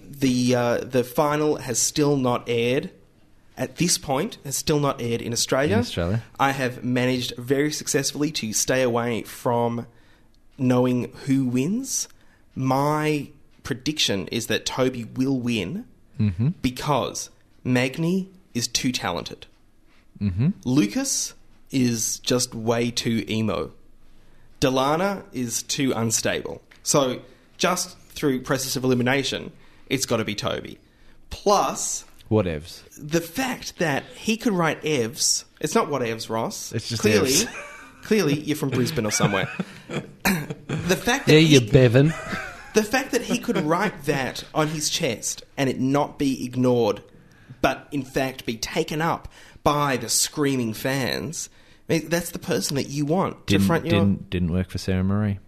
B: The uh, the final has still not aired. At this point, has still not aired in Australia.
C: In Australia.
B: I have managed very successfully to stay away from knowing who wins. My prediction is that Toby will win
C: Mhm.
B: because Magni is too talented.
C: Mm-hmm.
B: Lucas is just way too emo. Delana is too unstable. So just through process of elimination, it's got to be Toby. Plus
C: Whatevs.
B: the fact that he could write evs. It's not what evs, Ross.
C: It's just
B: clearly,
C: evs.
B: clearly you're from Brisbane or somewhere. the fact that
A: Yeah,
B: he,
A: you Bevan.
B: the fact that he could write that on his chest and it not be ignored, but in fact be taken up by the screaming fans, I mean, that's the person that you want to
C: Didn't,
B: front your.
C: didn't, didn't work for Sarah Marie.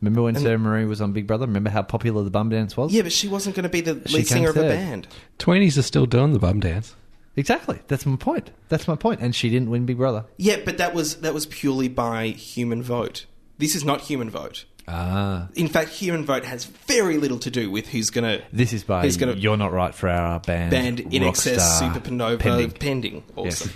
C: Remember when
B: And-
C: Sarah Marie was on Big Brother? Remember how popular the bum dance was?
B: Yeah, but she wasn't going to be the
C: She
B: lead
C: came
B: singer of a
C: third.
B: band.
A: Tweenies are still doing the bum dance.
C: Exactly. That's my point. That's my point. And she didn't win Big Brother.
B: Yeah, but that was that was purely by human vote. This is not human vote.
C: Ah.
B: In fact, human vote has very little to do with who's going to.
C: This is by
B: who's going to
C: You're Not Right for Our Band.
B: band in
C: rock
B: excess
C: star,
B: supernova pending.
C: pending.
B: also.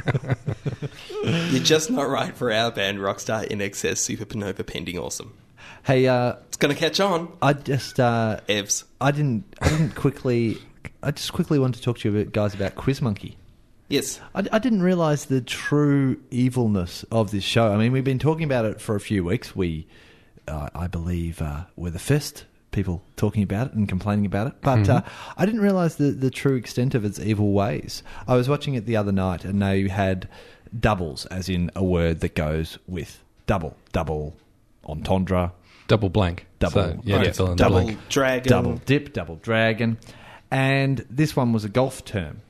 C: Yes.
B: You're just not right for our band, Rockstar in excess supernova pending awesome.
C: hey, uh,
B: It's going to catch on,
C: I just uh,
B: Evs.
C: I didn't I didn't quickly I just quickly wanted to talk to you about- guys about Quiz Monkey.
B: Yes.
C: I, I didn't realize the true evilness of this show. I mean, we've been talking about it for a few weeks. We, uh, I believe, uh, were the first people talking about it and complaining about it. But
B: Mm-hmm.
C: uh, I didn't realize the, the true extent of its evil ways. I was watching it the other night, and they had doubles, as in a word that goes with double, double, entendre,
A: Double Oh, blank.
C: double,
A: So, yeah,
C: Okay.
A: it's all in
B: Double
A: blank.
B: dragon.
C: double dip, double dragon, and this one was a golf term.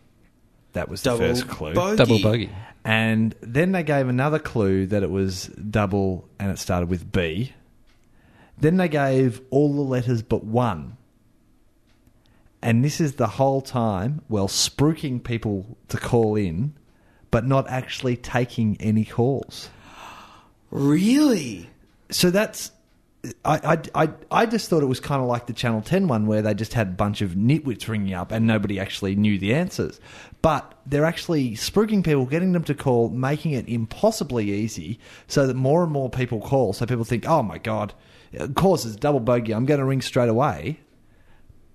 C: That was
B: Double
C: the first clue.
B: bogey.
A: Double bogey.
C: And then they gave another clue that it was double and it started with B. Then they gave all the letters but one. And this is the whole time, well, spruiking people to call in, but not actually taking any calls.
B: Really?
C: So that's. I, I, I, I just thought it was kind of like the Channel 10 one where they just had a bunch of nitwits ringing up and nobody actually knew the answers. But they're actually spruiking people, getting them to call, making it impossibly easy so that more and more people call. So people think, oh my God, of course it's double bogey. I'm going to ring straight away.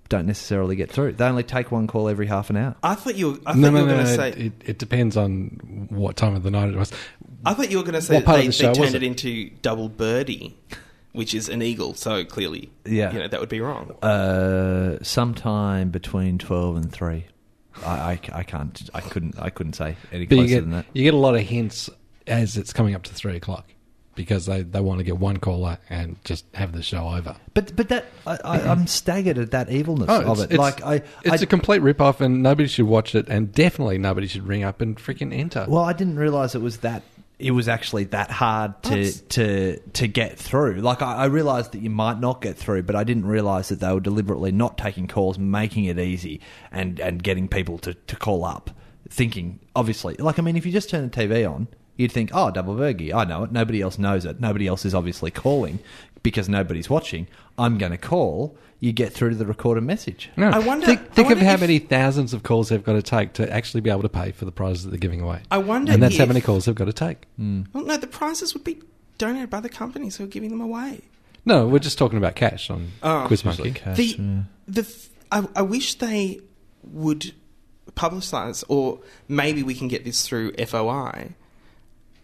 C: Don't necessarily get through. They only take one call every half an hour.
B: I thought you were, I thought
A: No,
B: you
A: no,
B: were
A: no.
B: going
A: no,
B: to say.
A: It, it depends on what time of the night it was.
B: I thought you were going to say
A: What
B: that
A: part of
B: they,
A: the show
B: they
A: was
B: turned
A: it?
B: it? into double birdie, which is an eagle. So clearly,
C: Yeah.
B: you know that would be wrong.
C: Uh, sometime between 12 and 3. I, I, I can't, I couldn't, I couldn't say any
A: But
C: closer
A: you get,
C: than that.
A: you get a lot of hints as it's coming up to three o'clock because they, they want to get one caller and just have the show over.
C: But but that I, I, I'm staggered at that evilness of it. like I,
A: Oh, it's
C: I
A: a complete rip off, and nobody should watch it, and definitely nobody should ring up and freaking enter.
C: well, I didn't realize it was that. It was actually that hard to
B: That's-
C: to to get through. Like I, I realized that you might not get through, but I didn't realize that they were deliberately not taking calls, making it easy, and and getting people to to call up, thinking obviously. Like I mean, if you just turn the TV on. You'd think, oh, double bogey. I know it. Nobody else knows it. Nobody else is obviously calling because nobody's watching. I'm going to call. You get through to the recorded message.
A: No,
B: I wonder-
A: Think,
B: I
A: think
B: wonder
A: of how
B: if-
A: many thousands of calls they've got to take to actually be able to pay for the prizes that they're giving away.
B: I wonder
A: and that's how
B: if-
A: many calls they've got to take.
B: Well, no, the prizes would be donated by the companies who are giving them away.
A: No, we're just talking about cash on
B: Oh.
A: Quiz Monkey.
B: the the f- I, I wish they would publicise, or maybe we can get this through FOI.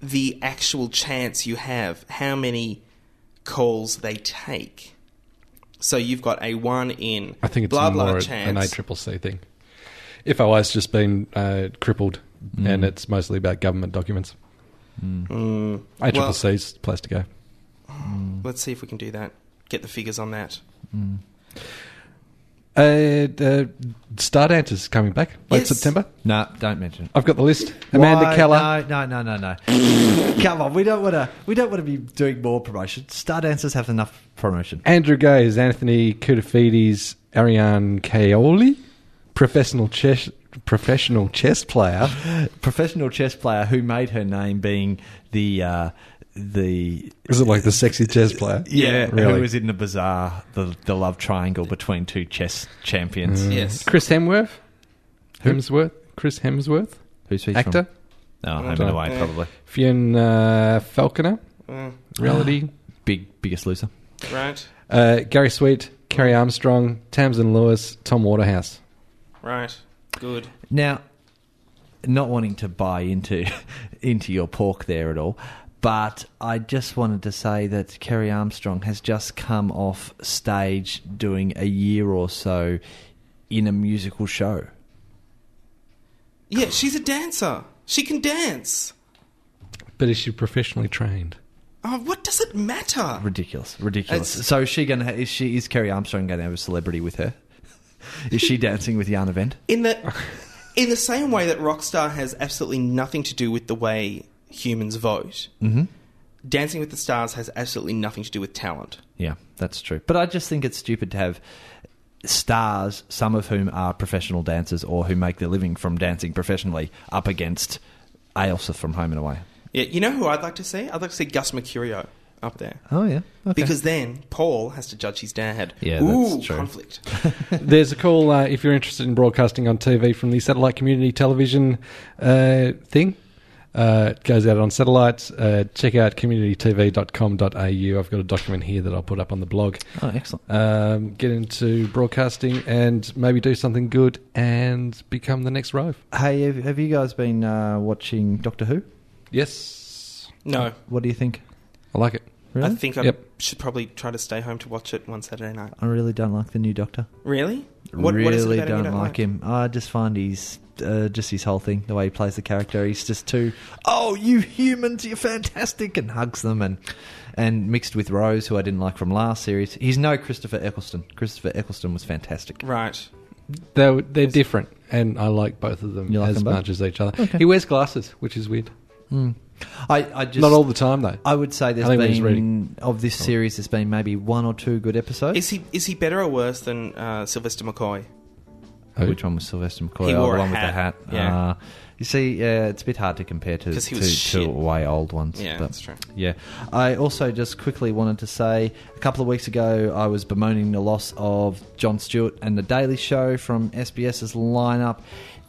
B: The actual chance you have, how many calls they take. So you've got a one in
A: I think it's
B: blah
A: more
B: blah
A: an
B: chance.
A: ACCC thing. FOI's just been uh, crippled, and it's mostly about government documents.
B: Mm. Well,
A: ACCC's the place to go.
B: let's see if we can do that. Get the figures on that.
A: Uh, uh, Star Dance is coming back late
B: Yes.
A: September.
C: No, don't mention it.
A: I've got the list. Amanda
C: Why?
A: Keller.
C: No, no, no, no, no. Come on, we don't want to. We don't want to be doing more promotion. Star dancers have enough promotion.
A: Andrew Gaze, Anthony Koutafides, Ariane Kaoli, professional chess professional chess player.
C: Professional chess player who made her name being the uh, the
A: Is it like the sexy chess player?
C: yeah,
A: really.
C: who was in the bazaar the the love triangle between two chess champions.
A: Mm-hmm.
B: Yes.
A: Chris Hemsworth. Hemsworth. Chris Hemsworth,
C: Who's he
A: actor.
C: From? Oh, Home and
A: Don't-
C: Away, probably
A: Fionn uh, Falconer,
B: Mm,
A: reality.
C: big biggest loser.
B: right,
A: Uh, Gary Sweet, Kerry Armstrong, Tamsin Lewis, Tom Waterhouse.
B: right, good.
C: Now, not wanting to buy into into your pork there at all, but I just wanted to say that Kerry Armstrong has just come off stage doing a year or so in a musical show.
B: Yeah, she's a dancer. She can dance.
A: But is she professionally trained?
B: Oh, what does it matter?
C: Ridiculous, ridiculous.
B: It's-
C: so is she gonna ha- is she is Kerry Armstrong going to have a celebrity with her? is she dancing with Yarn Event?
B: In the in the same way that Rockstar has absolutely nothing to do with the way humans vote,
C: Mm-hmm.
B: Dancing with the Stars has absolutely nothing to do with talent.
C: Yeah, that's true. But I just think it's stupid to have stars, some of whom are professional dancers or who make their living from dancing professionally, up against Ailsa from Home and Away.
B: Yeah, you know who I'd like to see? I'd like to see Gus Mercurio up there.
C: Oh yeah,
B: Because then Paul has to judge his dad.
A: Yeah,
B: Ooh,
A: that's true.
B: conflict.
A: There's a call uh, if you're interested in broadcasting on TV from the satellite community television uh, thing. Uh, it goes out on satellites. Uh, check out communitytv.com.au. I've got a document here that I'll put up on the blog.
C: Oh, excellent.
A: Um, get into broadcasting and maybe do something good and become the next Rove.
C: Hey, have, have you guys been uh, watching Doctor Who?
A: Yes.
B: No.
C: What do you think?
A: I like it.
C: Really?
B: I think I
A: Yep.
B: should probably try to stay home to watch it one Saturday night.
C: I really don't like the new Doctor.
B: Really?
C: really
B: what is it about him you
C: don't,
B: don't
C: like,
B: like?
C: him. I just find he's uh, just his whole thing, the way he plays the character. He's just too oh, you humans, you're fantastic, and hugs them, and and mixed with Rose, who I didn't like from last series. He's no Christopher Eccleston. Christopher Eccleston was fantastic.
B: Right.
A: They're, they're different, and I like both of them
C: You like
A: as
C: them both?
A: much as each other.
C: Okay.
A: He wears glasses, which is weird.
C: Mm. I, I just
A: Not all the time, though.
C: I would say there's
A: I think when he's
C: been of
A: Oh.
C: this series. There's been maybe one or two good episodes.
B: Is he is he better or worse than uh, Sylvester McCoy?
A: Who?
C: Which one was Sylvester McCoy?
B: He
C: Oh,
B: wore
C: the
B: a
C: one
B: hat,
C: with the hat.
B: yeah.
C: Uh, you see, yeah, it's a bit hard to compare to,
B: 'Cause he
C: to,
B: was
C: to
B: shit.
C: way old ones.
B: Yeah,
C: but-
B: that's true.
C: Yeah. I also just quickly wanted to say a couple of weeks ago, I was bemoaning the loss of John Stewart and The Daily Show from SBS's lineup.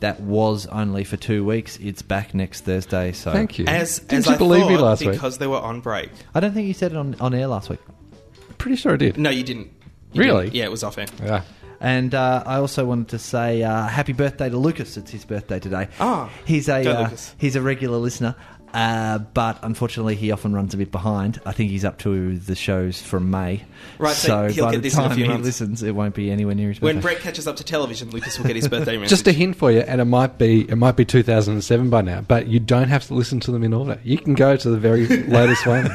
C: That was only for two weeks. It's back next Thursday. So
A: Thank you.
B: As
A: Didn't
B: as
A: you
B: I
A: believe
B: thought,
A: me last week?
B: because they were on break.
C: I don't think you said it on, on air last week.
A: Pretty sure I did.
B: No, you didn't. You
A: Really?
B: didn't. Yeah, it was off air.
A: Yeah.
C: And uh, I also wanted to say uh, happy birthday to Lucas. It's his birthday today.
B: Ah.
C: he's a
B: Go,
C: uh,
B: Lucas.
C: he's a regular listener, uh, but unfortunately he often runs a bit behind. I think he's up to the shows from May.
B: Right, so he'll
C: by
B: get
C: the
B: this in a
C: time
B: few
C: he
B: months.
C: listens, it won't be anywhere near his
B: When
C: birthday.
B: Brett catches up to television, Lucas will get his birthday message.
A: Just a hint for you, and it might be it might be 2007 by now, but you don't have to listen to them in order. You can go to the very latest one.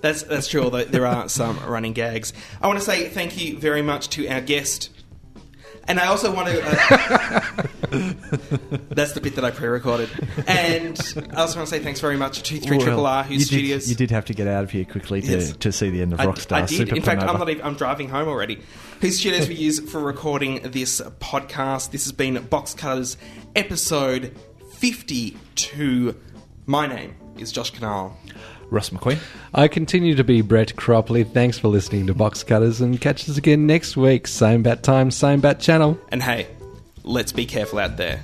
B: That's that's true. Although there are some running gags. I want to say thank you very much to our guest, and I also want to. Uh, that's the bit that I pre-recorded, and I also want to say thanks very much to Three Triple R,
C: you
B: whose
C: did,
B: studios.
C: you did have to get out of here quickly to,
B: Yes.
C: to see the end of
B: I-
C: Rockstar
B: I, did.
C: Super
B: In fact, I'm
C: Supernova.
B: not even. I'm driving home already. Whose studios we use for recording this podcast. This has been Box Cutters episode 52. My name is Josh Canal.
C: Ross McQueen.
A: I continue to be Brett Cropley. Thanks for listening to Box Cutters, and catch us again next week. Same bat time, same bat channel.
B: And hey, let's be careful out there.